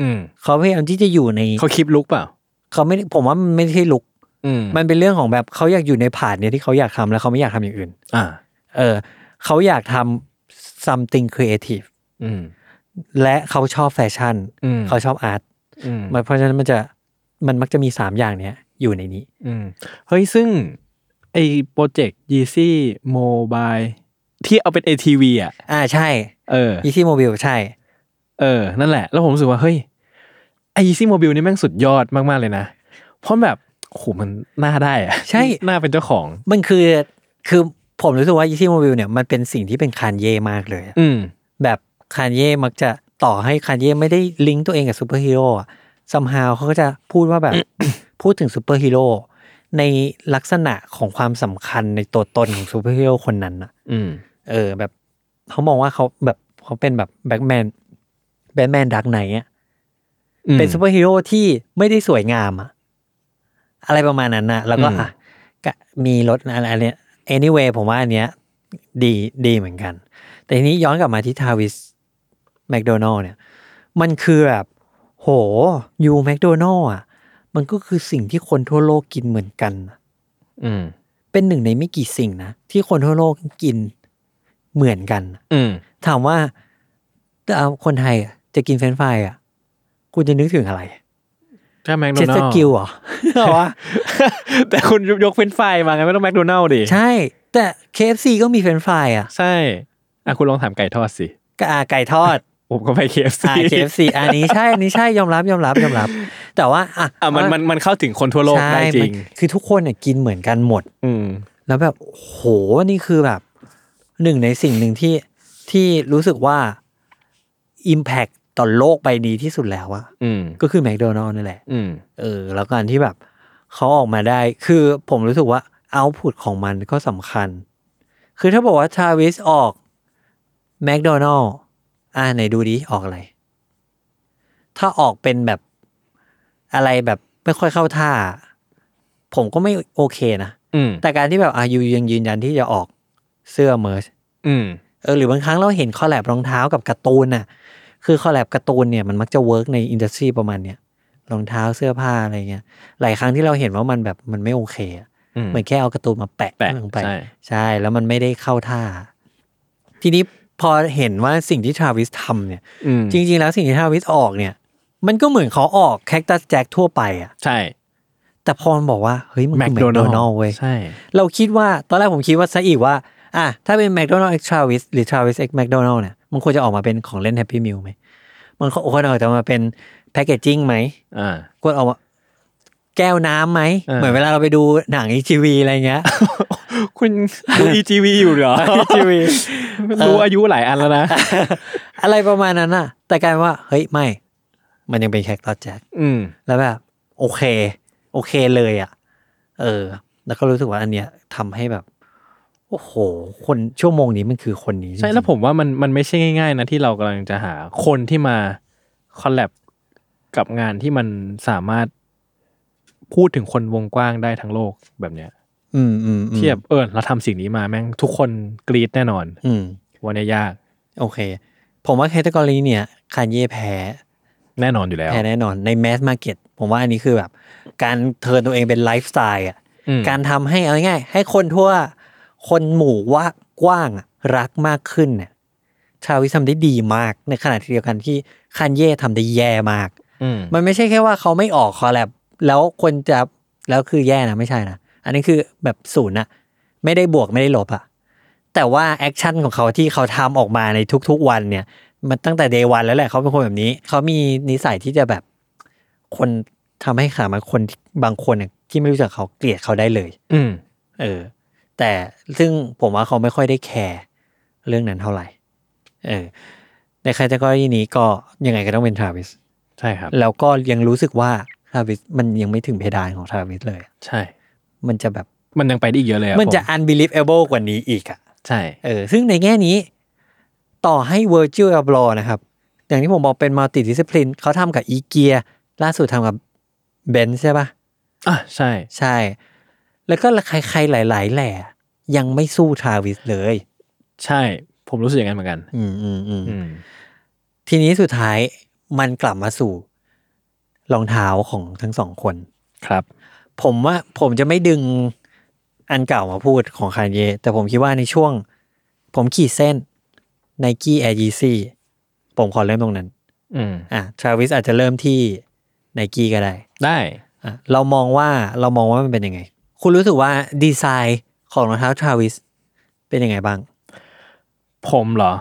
S3: อืม
S2: เขาพยายามที่จะอยู่ใน
S3: เขาคลิปลุกเปล่า
S2: เขาไม่ได้ผมว่ามันไม่ใช่ลุก
S3: อืม
S2: มันเป็นเรื่องของแบบเขาอยากอยู่ในผาดเนี่ยที่เขาอยากทำแล้วเขาไม่อยากทำอย่างอื่น
S3: อ่า
S2: เออเขาอยากทำ something creative
S3: อืม
S2: และเขาชอบแฟชั่น
S3: อืม
S2: เขาชอบอาร์ต
S3: อืม
S2: มันเพราะฉะนั้นมันจะมันมักจะมี 3 อย่างเนี้ยอยู่ในนี้
S3: อืมเฮ้ย ซึ่ง ไอ้โปรเจกต์ Yeezy Mobile ที่เอาเป็น ATV อ่ะ
S2: อ่าใช่
S3: เออ
S2: อีที่โมบิลใช่
S3: เออ นั่นแหละ แล้วผมรู้สึกว่า เฮ้ย ไอ้ Yeezy Mobile นี่แม่งสุดยอดมาก ๆ เลยนะ เพราะแบบโหมันน่าได้อ่ะ
S2: ใช่
S3: น่าเป็นเจ้าของ
S2: มันคือคือผมรู้สึกว่าอีที่โมบิลเนี่ยมันเป็นสิ่งที่เป็นคานเย่มากเลยอะ
S3: อืม
S2: แบบคานเย่มักจะต่อให้คานเย่ไม่ได้ลิงก์ตัวเองกับซูเปอร์ฮีโร่ซัมฮาวเขาก็จะพูดว่าแบบ พูดถึงซูเปอร์ฮีโร่ในลักษณะของความสำคัญในตัวตนของซูเปอร์ฮีโร่คนนั้นอะ
S3: อืม
S2: เออแบบเขามองว่าเขาแบบเขาเป็นแบบแบทแมนแบทแมนดักไนอะเป็นซูเปอร์ฮีโร่ที่ไม่ได้สวยงามอะอะไรประมาณนั้นนะแล้วก็
S3: อืม
S2: อ่ะก็มีรถอะไรอันเนี้ย anyway ผมว่าอันเนี้ยดีดีเหมือนกัน แต่ทีนี้ย้อนกลับมาที่ทาวิสแม d โดนัลเนี่ย มันคือแบบ โหยูแม d โดนัลอ่ะ มันก็คือสิ่งที่คนทั่วโลกกินเหมือนกันอะ
S3: อืม
S2: เป็นหนึ่งในไม่กี่สิ่งนะ ที่คนทั่วโลกกินเหมือนกัน
S3: อืม
S2: ถามว่าเอาคนไทยอะจะกินเฟรนช์ฟรายอ่ะคุณจะนึกถึงอะไร
S3: ถ้าแมคโด
S2: เจ็ด
S3: นั
S2: ส
S3: ล
S2: กิลเหรอ เหรอวะ
S3: แต่คุณยกเฟรนช์ฟรายมาไงไม่ต้องแมคโดนัลดิ
S2: ใช่ แต่ KFC ก็มีเฟรนช์ฟรายอ่ะ
S3: ใช่อ่ะคุณลองถามไก่ทอดสิ
S2: กะอ่าไก่ทอด
S3: ผมก็ไป KFC
S2: อ่า KFC อันนี้ใช่อันนี้ใช่ยอมรับยอมรับยอมรับ แต่ว่าอ่ะ
S3: อ่ะมันมันมันเข้าถึงคนทั่วโลก
S2: ใช่
S3: ได้จริ
S2: มัน
S3: ง
S2: คือทุกคนเนี่ยกินเหมือนกันหมด
S3: อืม
S2: แล้วแบบโอ้โหนี่คือแบบหนึ่งในสิ่งหนึ่งที่ที่รู้สึกว่า Impact ต่อโลกใบนี้ที่สุดแล้วอะ
S3: อืม
S2: ก็คือแม d โดนัล s นี่แหละ
S3: อืม
S2: เออ แล้วการที่แบบเขาออกมาได้ คือผมรู้สึกว่าเอาพุตของมันก็สำคัญ คือถ้าบอกว่าทาวิสออกแม d โดนัล s อ่าไหนดูดิ ออกอะไร ถ้าออกเป็นแบบอะไรแบบไม่ค่อยเข้าท่า ผมก็ไม่โอเคนะ
S3: อืม
S2: แต่การที่แบบอายุยังยืนยันที่จะออกเสื้อเมอร์ช
S3: อืม
S2: เออหรือบางครั้งเราเห็นคอลแลบรองเท้ากับการ์ตูนน่ะ คือคอลแลบการ์ตูนเนี่ยมันมักจะเวิร์กในอินดัสทรีประมาณเนี้ยรองเท้าเสื้อผ้าอะไรเงี้ยหลายครั้งที่เราเห็นว่ามันแบบมันไม่โอเคอะเหมือนแค่เอาการ์ตูนมาแปะ
S3: แปะ
S2: ลงไป
S3: ใช่
S2: ใช่แล้วมันไม่ได้เข้าท่า ทีนี้พอเห็นว่าสิ่งที่ทราวิสทำเนี่ย
S3: อืม
S2: จริง ๆ แล้วสิ่งที่ทราวิสออกเนี่ย มันก็เหมือนเขาออกแคคตัสแจ็คทั่วไปอะ
S3: ใช่
S2: แต่พอมันบอกว่าเฮ้ยมันคือแมคโดนัลเว้ย
S3: ใช่
S2: เราคิดว่า ตอนแรกผมคิดว่าซะอีกว่า อ่ะ ถ้าเป็น McDonald X Travis หรือ Travis X McDonald เนี่ย มันควรจะออกมาเป็นของเล่น Happy Meal ไหม มันควรออกจะมาเป็นแพ c เกจจิ้งไหม
S3: อ่า
S2: ควรออกมาแก้วน้ำไหม
S3: เออ
S2: เหมือนเวลาเราไปดูหนังอีจีวีอะไรเงี้ย
S3: คุณดู EGV อยู่เหรอ
S2: EGV
S3: รู้อายุหลายอันแล้วนะ
S2: อะไรประมาณนั้นอะแต่กลายเป็นว่า เฮ้ย ไม่ มันยังเป็นแคคตัสแจ็ค
S3: อืม
S2: แล้วแบบ โอเค โอเคเลยอะ่ะ เออ แล้วก็รู้สึกว่าอันเนี้ยทำให้แบบ โอ้โห คนชั่วโมงนี้มันคือคนนี้
S3: ใช่
S2: จริงๆ
S3: แล้วผมว่ามันมันไม่ใช่ง่ายๆนะที่เรากำลังจะหาคนที่มาคอลแลบกับงานที่มันสามารถพูดถึงคนวงกว้างได้ทั้งโลกแบบเนี้ย
S2: อืมอืมอืม
S3: เทียบเออเราทำสิ่งนี้มาแม่งทุกคนกรีดแน่นอน
S2: อืม
S3: วันนี้ยาก
S2: โอเค ผมว่าแคตตากรีเนี่ยคานเย่แพ้
S3: แน่นอนอยู่แล้ว
S2: แพ้แน่นอนในแมสมา a r เก็ตผมว่าอันนี้คือแบบ การเทิร์นตัวเองเป็นไลฟ์สไตล์อ่ะ
S3: อืม
S2: การทำให้เอาง่ายๆให้คนทั่ว คนหมู่ว่ากว้างอะรักมากขึ้นเนี่ยชาวิสทำได้ดีมากในขณะที่เดียวกันที่คานเย่ทำได้แย่มาก
S3: อืม
S2: มันไม่ใช่แค่ว่าเขาไม่ออกคอแลบแล้วคนจะแล้วคือแย่นะไม่ใช่นะ อันนี้คือแบบศูนย์อะไม่ได้บวกไม่ได้ลบอะแต่ว่าแอคชั่นของเขาที่เขาทำออกมาในทุกๆวันเนี่ย มันตั้งแต่เดวันแล้วแหละเขาเป็นคนแบบนี้ เขามีนิสัยที่จะแบบคนทำให้ขามาคนที่บางคนเนี่ยที่ไม่รู้จักเขาเกลียดเขาได้เลย
S3: อืม
S2: เออ แต่ซึ่งผมว่าเขาไม่ค่อยได้แคร์เรื่องนั้นเท่าไหร่เออในแคตตากรีนี้ก็ยังไงก็ต้องเป็นทราวิส
S3: ใช่ครับ
S2: แล้วก็ยังรู้สึกว่าทราวิสมันยังไม่ถึงเพดานของทราวิสเลย
S3: ใช่
S2: มันจะแบบ
S3: มันยังไปได้อีกเยอะเลยอ
S2: มันจะ
S3: ผ
S2: unbelievable กว่านี้อีกอะ
S3: ใช่
S2: เออ ซึ่งในแง่นี้ ต่อให้ Virgil Abloh นะครับ อย่างที่ผมบอกเป็น multi discipline เขาทำกับอีเกียล่าสุดทำกับเบนใช่ปะ
S3: อ่ะใช่
S2: ใช่ แล้วก็ใครๆหลาย ๆ แหล่ยังไม่สู้ทราวิสเลย
S3: ใช่ผมรู้สึกอย่างนั้นเหมือนกัน
S2: อืมอืมอืม
S3: อืม
S2: ทีนี้สุดท้ายมันกลับมาสู่รองเท้าของทั้งสองคน
S3: ครับ
S2: ผมว่าผมจะไม่ดึงอันเก่ามาพูดของคานเย แต่ผมคิดว่าในช่วง ผมขีดเส้น n i กี้แอร์ยีซี่ผมขอเริ่มตรงนั้น
S3: อืม
S2: อ่ะทราวิสอาจจะเริ่มที่ n i กี้ก็ได้
S3: ได้
S2: อ่ะเรามองว่าเรามองว่ามันเป็นยังไง คุณรู้สึกว่าดีไซน์ของรองเท้าทราวิสเป็นยังไงบ้าง
S3: ผมเหรอ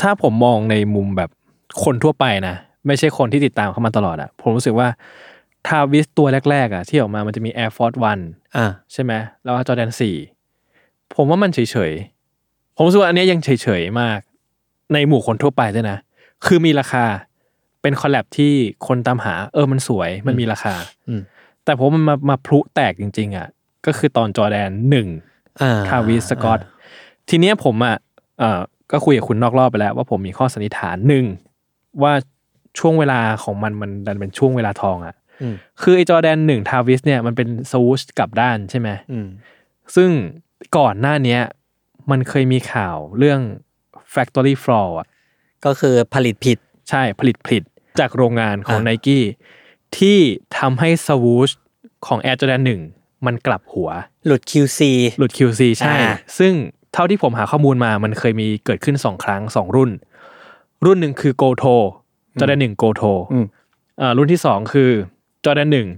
S3: ถ้าผมมองในมุมแบบคนทั่วไปนะ ไม่ใช่คนที่ติดตามเขามาตลอดอะผมรู้สึกว่าทาวิสตัวแรก ๆอะที่ออกมามันจะมี Air Force 1
S2: อ่ะ
S3: ใช่ไหมแล้วจอแดนสี่ผมว่ามันเฉยๆ ผมรู้สึกว่าอันเนี้ยยังเฉยๆ มาก ในหมู่คนทั่วไปด้วยนะ คือมีราคาเป็นคอลแลบที่คนตามหา เออมันสวยมันมีราคา
S2: อืม
S3: แต่ผมว่ามันมามาพลุแตกจริง ๆอะก็คือตอนจอแดนหนึ่ง
S2: อ่า
S3: ทาวิสสกอตทีเนี้ยผมอ่ะเอ่อก็คุยกับคุณนอกรอบไปแล้ว ว่าผมมีข้อสันนิษฐานหนึ่งว่าช่วงเวลาของมันมันดันเป็นช่วงเวลาทองอ่ะ
S2: อืม
S3: คือไอจอแดนหนึ่งทาวิสเนี่ยมันเป็นสวูชกลับด้านใช่ไหม
S2: อืม
S3: ซึ่งก่อนหน้าเนี้ยมันเคยมีข่าวเรื่อง factory flaw อ่ะ
S2: ก็คือผลิตผิด
S3: ใช่ผลิตผลิตจากโรงงานของ
S2: อ่ะ
S3: ไนกี้ที่ทำให้สวูชของ Air Jordan 1 มันกลับหัว
S2: หลุด QC
S3: หลุด QC ใช่
S2: อ่า
S3: ซึ่งเท่าที่ผมหาข้อมูลมา มันเคยมีเกิดขึ้นสองครั้งสองรุ่น รุ่นหนึ่งคือโกโทจอแดนหนึ่งโกโท
S2: อืม
S3: รุ่นที่สองคือจอแดนหนึ่ง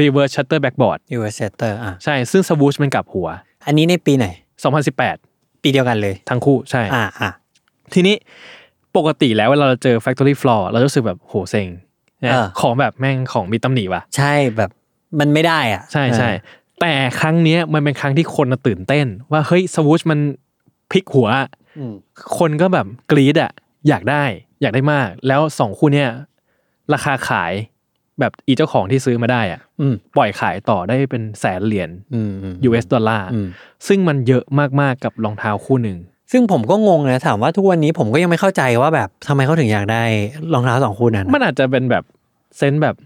S3: รีเวิร์สชัตเตอร์แบ็กบอร์ด
S2: u s เตอร์อ่ะ
S3: ใช่ ซึ่งสวูชมันกลับหัว
S2: อันนี้ในปีไหน
S3: 2018
S2: ปีเดียวกันเลย
S3: ทั้งคู่ใช่
S2: อ่าอ่า
S3: ทีนี้ปกติแล้วเวลาเราเจอ Factory Floor เราจะรู้สึกแบบโหเซ็งนะของแบบแม่งของมีตำหนิว่ะ
S2: ใช่แบบมันไม่ได้อ่ะ
S3: ใช่ใช่
S2: เออ
S3: แต่ครั้งเนี้ยมันเป็นครั้งที่คนน่ะตื่นเต้น ว่าเฮ้ยสวูชมันพลิกหัว
S2: อืม
S3: คนก็แบบกรี๊ดอะอยากได้อยากได้มาก แล้วสองคู่เนี่ยราคาขายแบบอีเจ้าของที่ซื้อมาได้อะ
S2: อืม
S3: ปล่อยขายต่อได้เป็นแสนเหรียญ
S2: อืมอืม
S3: US ดอลลาร์
S2: อืม
S3: ซึ่งมันเยอะมากๆกับรองเท้าคู่หนึ่ง
S2: ซึ่งผมก็งงนะถามว่าทุกวันนี้ผมก็ยังไม่เข้าใจว่าแบบทำไมเขาถึงอยากได้รองเท้าสองคู่นั้น
S3: มันอาจจะเป็นแบบเซนส์แบบ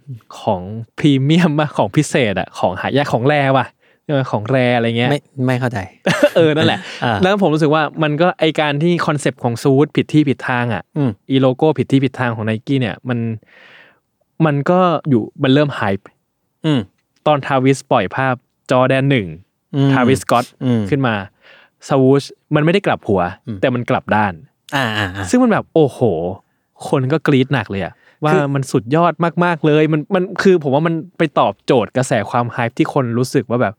S3: ของพรีเมียมมากของพิเศษอะของหายากของแรว่ะเออของแรอะไรเงี้ย
S2: ไม่ ไม่เข้าใจ
S3: เออนั่นแหละ
S2: อ่า
S3: แล้วผมรู้สึกว่ามันก็ไอการที่คอนเซปต์ของซูทผิดที่ผิดทางอ่ะ
S2: อืม
S3: อีโลโก้ผิดที่ผิดทางของไนกี้เนี่ยมันมันก็อยู่มันเริ่มหาย
S2: อืม
S3: ต อนทาวิสปล่อยภาพจอแดนหนึ่ง
S2: อืม
S3: ทาวิสกอต
S2: อืม
S3: ขึ้นมาสวูชมันไม่ได้กลับหัว
S2: อืม
S3: แต่มันกลับด้าน
S2: อ่าอ่าอ่า
S3: ซึ่งมันแบบโอ้โห คนก็กรี๊ดหนักเลยอะว่า
S2: คือ
S3: มันสุดยอดมาก ๆ เลย มันมันคือผมว่ามันไปตอบโจทย์กระแสความฮป์ที่คนรู้สึกว่าแบบ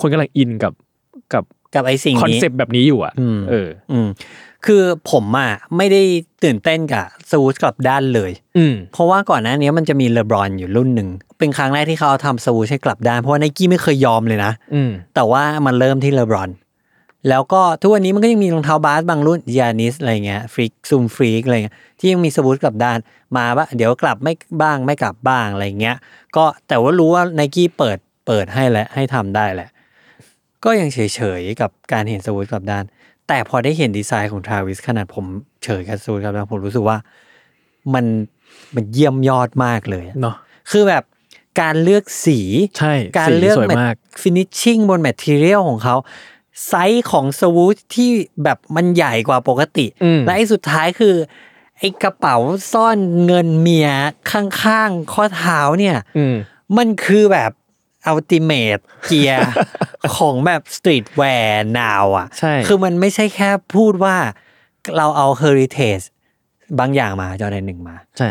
S3: คนกำลังอินกับกับ
S2: กับไอ้สิ่งนี้
S3: คอนเซปต์แบบนี้อยู่อะ
S2: อืม
S3: เออ
S2: อืมคือผมอ่ะไม่ได้ตื่นเต้นกับซูสกลับด้านเลย
S3: อืม
S2: เพราะว่าก่อนหน้านี้มันจะมีเลบรอนอยู่รุ่นหนึ่งเป็นครั้งแรกที่เขาเอาทำซูชให้กลับด้านเพราะว่าไนกี้ไม่เคยยอมเลยนะ
S3: อืม
S2: แต่ว่ามันเริ่มที่เลบรอน แล้วก็ทุกวันนี้มันก็ยังมีรองเท้าบาสบางรุ่นยานิสอะไรเงี้ยฟรีกซูมฟรีกอะไรเงี้ยที่ยังมีสวูทกลับด้านมาปะเดี๋ยวกลับไม่บ้างไม่กลับบ้างอะไรเงี้ย ก็แต่ว่ารู้ว่าไนกี้เปิดเปิดให้แล้วให้ทำได้แหละ ก็ยังเฉยๆกับการเห็นสวูทกลับด้าน แต่พอได้เห็นดีไซน์ของทราวิสขนาดผมเฉยกับสวูทกลับด้านผมรู้สึกว่ามันมันเยี่ยมยอดมากเลยอะ
S3: เนาะ
S2: คือแบบการเลือกสี
S3: ใช่
S2: การเลือก
S3: สีสวยมาก
S2: ฟินิชชิ่งบนแมทเทียลของเขา ไซส์ของสวูทที่แบบมันใหญ่กว่าปกติ
S3: อืม
S2: และไอ้สุดท้ายคือไอ้กระเป๋าซ่อนเงินเมียข้างๆ ข้อเท้าเนี่ย
S3: อืม
S2: มันคือแบบอัลติเม e เกีย ร์ ของแบบสตรีทแวร์นาวอ่ะ
S3: ใช่
S2: คือมันไม่ใช่แค่พูดว่าเราเอาเฮอริเท e บางอย่างมาจอในหนึ่งมา
S3: ใช่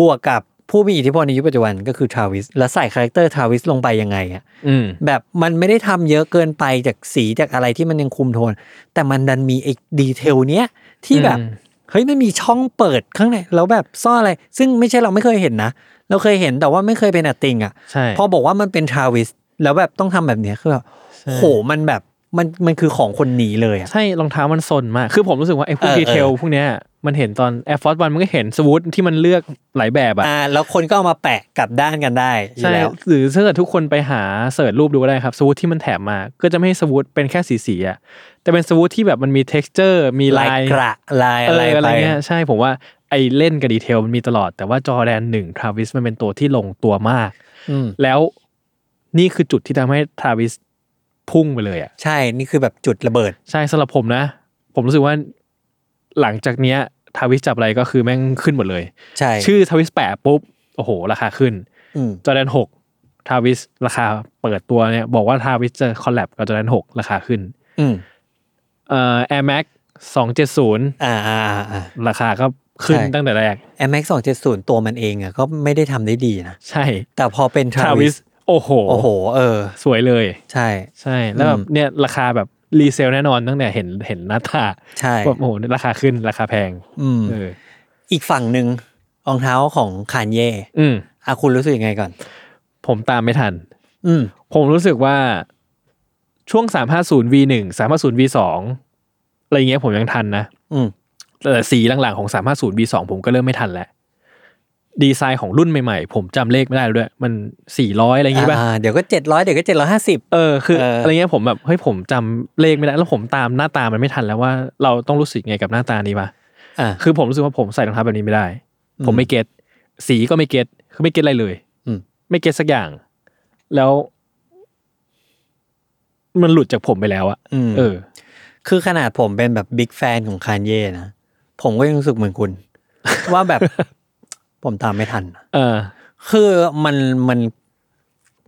S2: บวกกับผู้มีอิทธิพลในยุคปัจจุบันก็คือทราวิสแล้วใส่คาแรคเตอร์ทราวิสลงไปยังไงอ่ะ
S3: อืม
S2: แบบมันไม่ได้ทำเยอะเกินไปจากสีจากอะไรที่มันยังคุมโทน แต่มันดันมีไอ้ดีเทลเนี้ยที่แบบ
S3: อืม
S2: เฮ้ยมันมีช่องเปิดข้างในแล้วแบบซ่อนอะไร ซึ่งไม่ใช่เราไม่เคยเห็นนะ เราเคยเห็นแต่ว่าไม่เคยเป็นอะติงอ่ะ
S3: ใช่
S2: พอบอกว่ามันเป็นทราวิสแล้วแบบต้องทำแบบเนี้ยคือแบบ
S3: ใช่
S2: โหมันแบบ มันมันคือของคนนี้เลยอะ
S3: ใช่รองเท้ามันซนมาก คือผมรู้สึกว่าไอ้พวก
S2: เออ
S3: ดีเทล
S2: เออ
S3: พวกเนี้ยมันเห็นตอน Air Force One มันก็เห็นสวูทที่มันเลือกหลายแบบอะ
S2: อ่า แล้วคนก็เอามาแปะกลับด้านกันได้อยู่
S3: ใช่
S2: แล้ว
S3: หรือถ้าเกิดทุกคนไปหาเสิร์ชรูปดูก็ได้ครับสวูทที่มันแถมมา ก็จะไม่ให้สวูทเป็นแค่สีสีๆอะแต่เป็นสวูทที่แบบมันมี t e x t อร์มี
S2: ลา
S3: ลาย ย
S2: กระลาย
S3: เอ
S2: อะไร
S3: ออะไร
S2: ไป
S3: เงี้ยใช่ผมว่าไอ้เล่นกับดีเทลมันมีตลอดแต่ว่าจอแดนหนึ่งทราวิสมันเป็นตัวที่ลงตัวมาก
S2: อืม
S3: แล้วนี่คือจุดที่ทำให้ทราวิสพุ่งไปเลยอะ
S2: ใช่นี่คือแบบจุดระเบิด
S3: ใช่สำหรับผมนะ ผมรู้สึกว่าหลังจากเนี้ยทาวิสจับอะไรก็คือแม่งขึ้นหมดเลย
S2: ใช่
S3: ชื่อทาวิสแปะปุ๊บ โอ้โห ราคาขึ้น
S2: อืม
S3: จอแดนหกทาวิสราคาเปิดตัวเนี่ย บอกว่าทาวิสจะคอลแลบกับจอแดนหกราคาขึ้น
S2: อืม
S3: เอ่อแอร์แม็กสองเจ็ดศูนย์
S2: อ่าอ่าอ่า
S3: ราคาก็ขึ้น
S2: ใช่
S3: ตั้งแต่แรก
S2: แอมแม็กสองเจ็ดศูนย์ตัวมันเองอะก็ไม่ได้ทำได้ดีนะ
S3: ใช่
S2: แต่พอเป็นท
S3: ทา
S2: รา
S3: วิ
S2: วิ
S3: ส
S2: ส
S3: โอ้โห
S2: โอ้โห เออ
S3: สวยเลย
S2: ใช่
S3: ใช่ แล้วแบ
S2: อื
S3: บ
S2: ม
S3: เนี่ยราคาแบบรีเซลแน่นอนตั้งแต่เห็นเห็นหน้าตา
S2: ใช่
S3: แบบโอ้โหราคาขึ้นราคาแพง
S2: อืม
S3: เออ
S2: อีกฝั่งหนึ่งรองเท้าของคานเย่
S3: อืม
S2: อาคุณรู้สึกยังไงก่อน
S3: ผมตามไม่ทัน
S2: อืม
S3: ผมรู้สึกว่าช่วง 350 V1 350 V2 อะไรเงี้ยผมยังทันนะ
S2: อืม
S3: แต่สีหลังๆของ 350 V2 ผมก็เริ่มไม่ทันแล้ว ดีไซน์ของรุ่นใหม่ๆ ผมจำเลขไม่ได้แล้วด้วย มัน 400 อะไรอย่างงี้ป่ะ
S2: อ่าเดี๋ยวก็เจ็ดร้อยเดี๋ยวก็เจ็ดร้อยห้าสิบ
S3: เออคือ
S2: เอออ
S3: อะไรเงี้ยผมแบบเฮ้ยผมจำเลขไม่ได้แล้วผมตามหน้าตามันไม่ทันแล้วว่าเราต้องรู้สึกไงกับหน้าตานี้ปะ
S2: อ่า
S3: คือผมรู้สึกว่าผมใส่รองเท้าแบบนี้ไม่ได้
S2: อืม
S3: ผมไม่เก็ตสีก็ไม่เก็ตคือไม่เก็ตอะไรเลย
S2: อืม
S3: ไม่เก็ตสักอย่าง แล้ว มันหลุดจากผมไปแล้วอะ
S2: อืม
S3: เออ
S2: คือขนาดผมเป็นแบบบิ๊กแฟนของคานเย่นะ ผมก็ยังรู้สึกเหมือนคุณ ว่าแบบ ผมตามไม่ทัน
S3: เออ
S2: คือมันมัน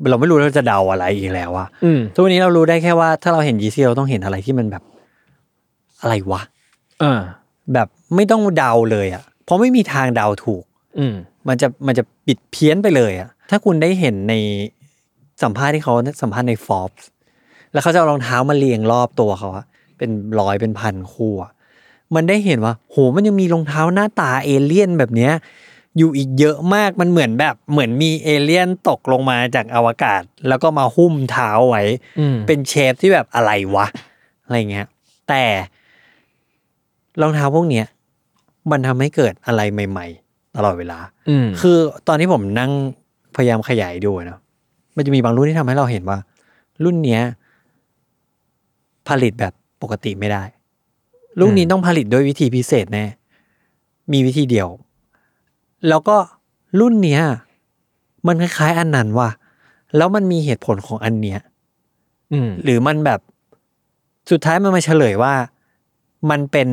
S2: เราไม่รู้เราจะเดาอะไรอีกแล้วอะ
S3: อืม
S2: ทุกวันนี้เรารู้ได้แค่ว่า ถ้าเราเห็นยีซี่เราต้องเห็นอะไรที่มันแบบ อะไรวะ
S3: เออ
S2: แบบไม่ต้องเดาเลยอะเพราะไม่มีทางเดาถูก
S3: อืม
S2: มันจะมันจะบิดเพี้ยนไปเลยอะถ้าคุณได้เห็นในสัมภาษณ์ที่เขาสัมภาษณ์ในฟอ r b ส์แล้วเขาจะเอารองเท้ามาเรียงรอบตัวเขาอะเป็นร้อยเป็นพันคู่อะมันได้เห็นว่า โหมันยังมีรองเท้าหน้าตาเอเลี่ยนแบบเนี้ยอยู่อีกเยอะมากมันเหมือนแบบเหมือนมีเอเลี่ยนตกลงมาจากอวกาศ แล้วก็มาหุ้มเท้าไว้
S3: อืม
S2: เป็นเชฟที่แบบอะไรวะ อะไรเงี้ย แต่รองเท้าพวกเนี้ยมันทำให้เกิดอะไรใหม่ ๆ ตลอดเวลา
S3: อืม
S2: คือตอนที่ผมนั่งพยายามขยายดูอะเนอะมันจะมีบางรุ่นที่ทำให้เราเห็นว่า รุ่นเนี้ย ผลิตแบบปกติไม่ได้ รุ่นนี้
S3: อืม
S2: ต้องผลิตด้วยวิธีพิเศษแน่ มีวิธีเดียว แล้วก็รุ่นเนี้ย มันคล้ายๆ อันนั้นว่ะ แล้วมันมีเหตุผลของอันเนี้ย
S3: อืม
S2: หรือมันแบบสุดท้ายมันมาเฉลยว่า มันเป็น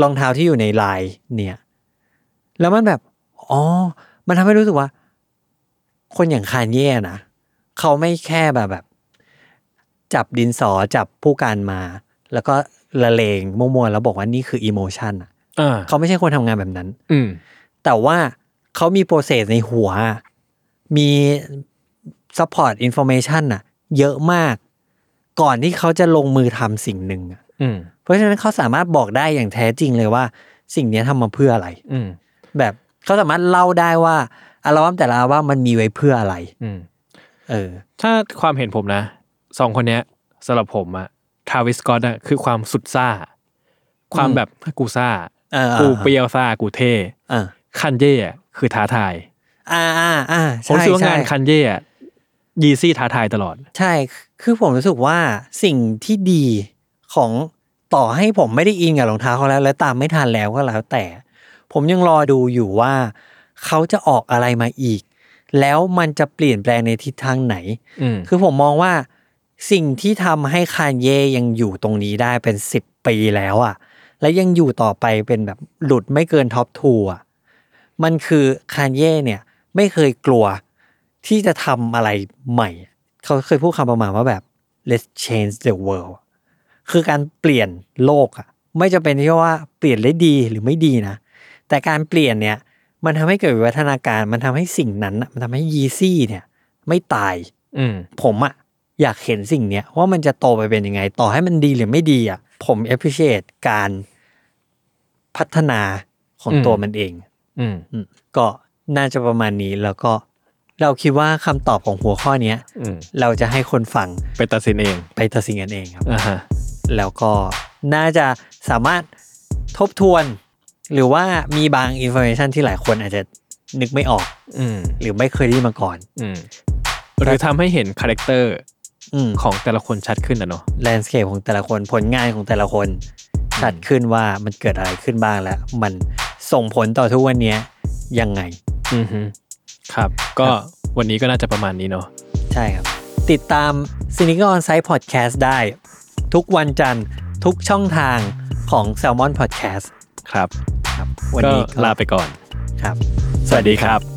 S2: รองเท้าที่อยู่ในลายเนี่ย แล้วมันแบบอ๋อ มันทำให้รู้สึกว่า คนอย่างคานเย่นะเขาไม่แค่แบบแบบ จับดินสอจับผู้การมา แล้วก็ละเลงมั่วๆแล้วบอกว่านี่คืออิโมชันอะ
S3: อ่า
S2: เขาไม่ใช่คนทำงานแบบนั้น
S3: อืม
S2: แต่ว่าเขามีโปรเซสในหัว มีซัพพอร์ตอินโฟเมชันอะเยอะมาก ก่อนที่เขาจะลงมือทำสิ่งหนึ่งอะ
S3: อืม
S2: เพราะฉะนั้นเขาสามารถบอกได้อย่างแท้จริงเลยว่า สิ่งเนี้ยทำมาเพื่ออะไร
S3: อืม
S2: แบบเขาสามารถเล่าได้ว่าอัลบั้มแต่ละอัลบั้มมันมีไว้เพื่ออะไร
S3: อืม
S2: เออ
S3: ถ้าความเห็นผมนะสองคนเนี้ยสำหรับผมอะทาวิสกอตอะคือความสุดซ่า ความ
S2: อืม
S3: แบบกูซ่า
S2: เออ
S3: กูเปรียวซ่า กูเท่
S2: อ่า
S3: คันเย่อะคือท้าทาย
S2: อ่าอ่าอ่า
S3: ผม
S2: ใช่
S3: รู้สึกว่างาน
S2: ใช่
S3: คันเย่อะยีซี่ท้าทายตลอด
S2: ใช่ คือผมรู้สึกว่าสิ่งที่ดีของต่อให้ผมไม่ได้อินกับรองเท้าเขาแล้ว และตามไม่ทันแล้วก็แล้วแต่ ผมยังรอดูอยู่ว่า เขาจะออกอะไรมาอีก แล้วมันจะเปลี่ยนแปลงในทิศทางไหน
S3: อืม
S2: คือผมมองว่าสิ่งที่ทำให้คานเย่ยังอยู่ตรงนี้ได้เป็นสิบปีแล้วอะและยังอยู่ต่อไปเป็นแบบหลุดไม่เกินท็อปทูอะมันคือคานเย่เนี่ย ไม่เคยกลัวที่จะทำอะไรใหม่ เขาเคยพูดคำประมาณว่าแบบ let's change the world คือการเปลี่ยนโลกอะไม่จะเป็นที่ว่าเปลี่ยนได้ดีหรือไม่ดีนะ แต่การเปลี่ยนเนี่ย มันทำให้เกิดวิวัฒนาการ มันทำให้สิ่งนั้นน่ะมันทำให้ยีซี่เนี่ย ไม่ตาย
S3: อืม
S2: ผมอะอยากเห็นสิ่งเนี้ยว่ามันจะโตไปเป็นยังไง ต่อให้มันดีหรือไม่ดีอะผม appreciate การพัฒนาของ
S3: อืม
S2: ตัวมันเอง
S3: อืม
S2: อืมก็น่าจะประมาณนี้แล้วก็ เราคิดว่าคำตอบของหัวข้อเนี้ย
S3: อืม
S2: เราจะให้คนฟัง
S3: ไปตัดสินเอง
S2: ไปตัดสินกันเองครับ
S3: อ่าฮะ
S2: แล้วก็น่าจะสามารถทบทวน หรือว่ามีบางอินโฟ a t ชันที่หลายคนอาจจะนึกไม่ออก
S3: อืม
S2: หรือไม่เคยได้ยินมาก่อน
S3: อืมหรือทำให้เห็นคาแรคเตอร์
S2: อืม
S3: ของแต่ละคนชัดขึ้นนะเนาะ
S2: แลนด์สเคปของแต่ละคนผลงานของแต่ละคน ชัดขึ้นว่ามันเกิดอะไรขึ้นบ้างและมันส่งผลต่อทุกวันเนี้ยยังไง
S3: อือฮึครับ ก็วันนี้ก็น่าจะประมาณนี้เนาะ
S2: ใช่ครับ ติดตาม c i n i c o n Site Podcast ได้ ทุกวันจันทร์ทุกช่องทางของ Salmon Podcast
S3: ครับ
S2: ครับ วัน
S3: ก็
S2: นี้
S3: ลาไปก่อน
S2: ครับ
S3: สวัสดีครับ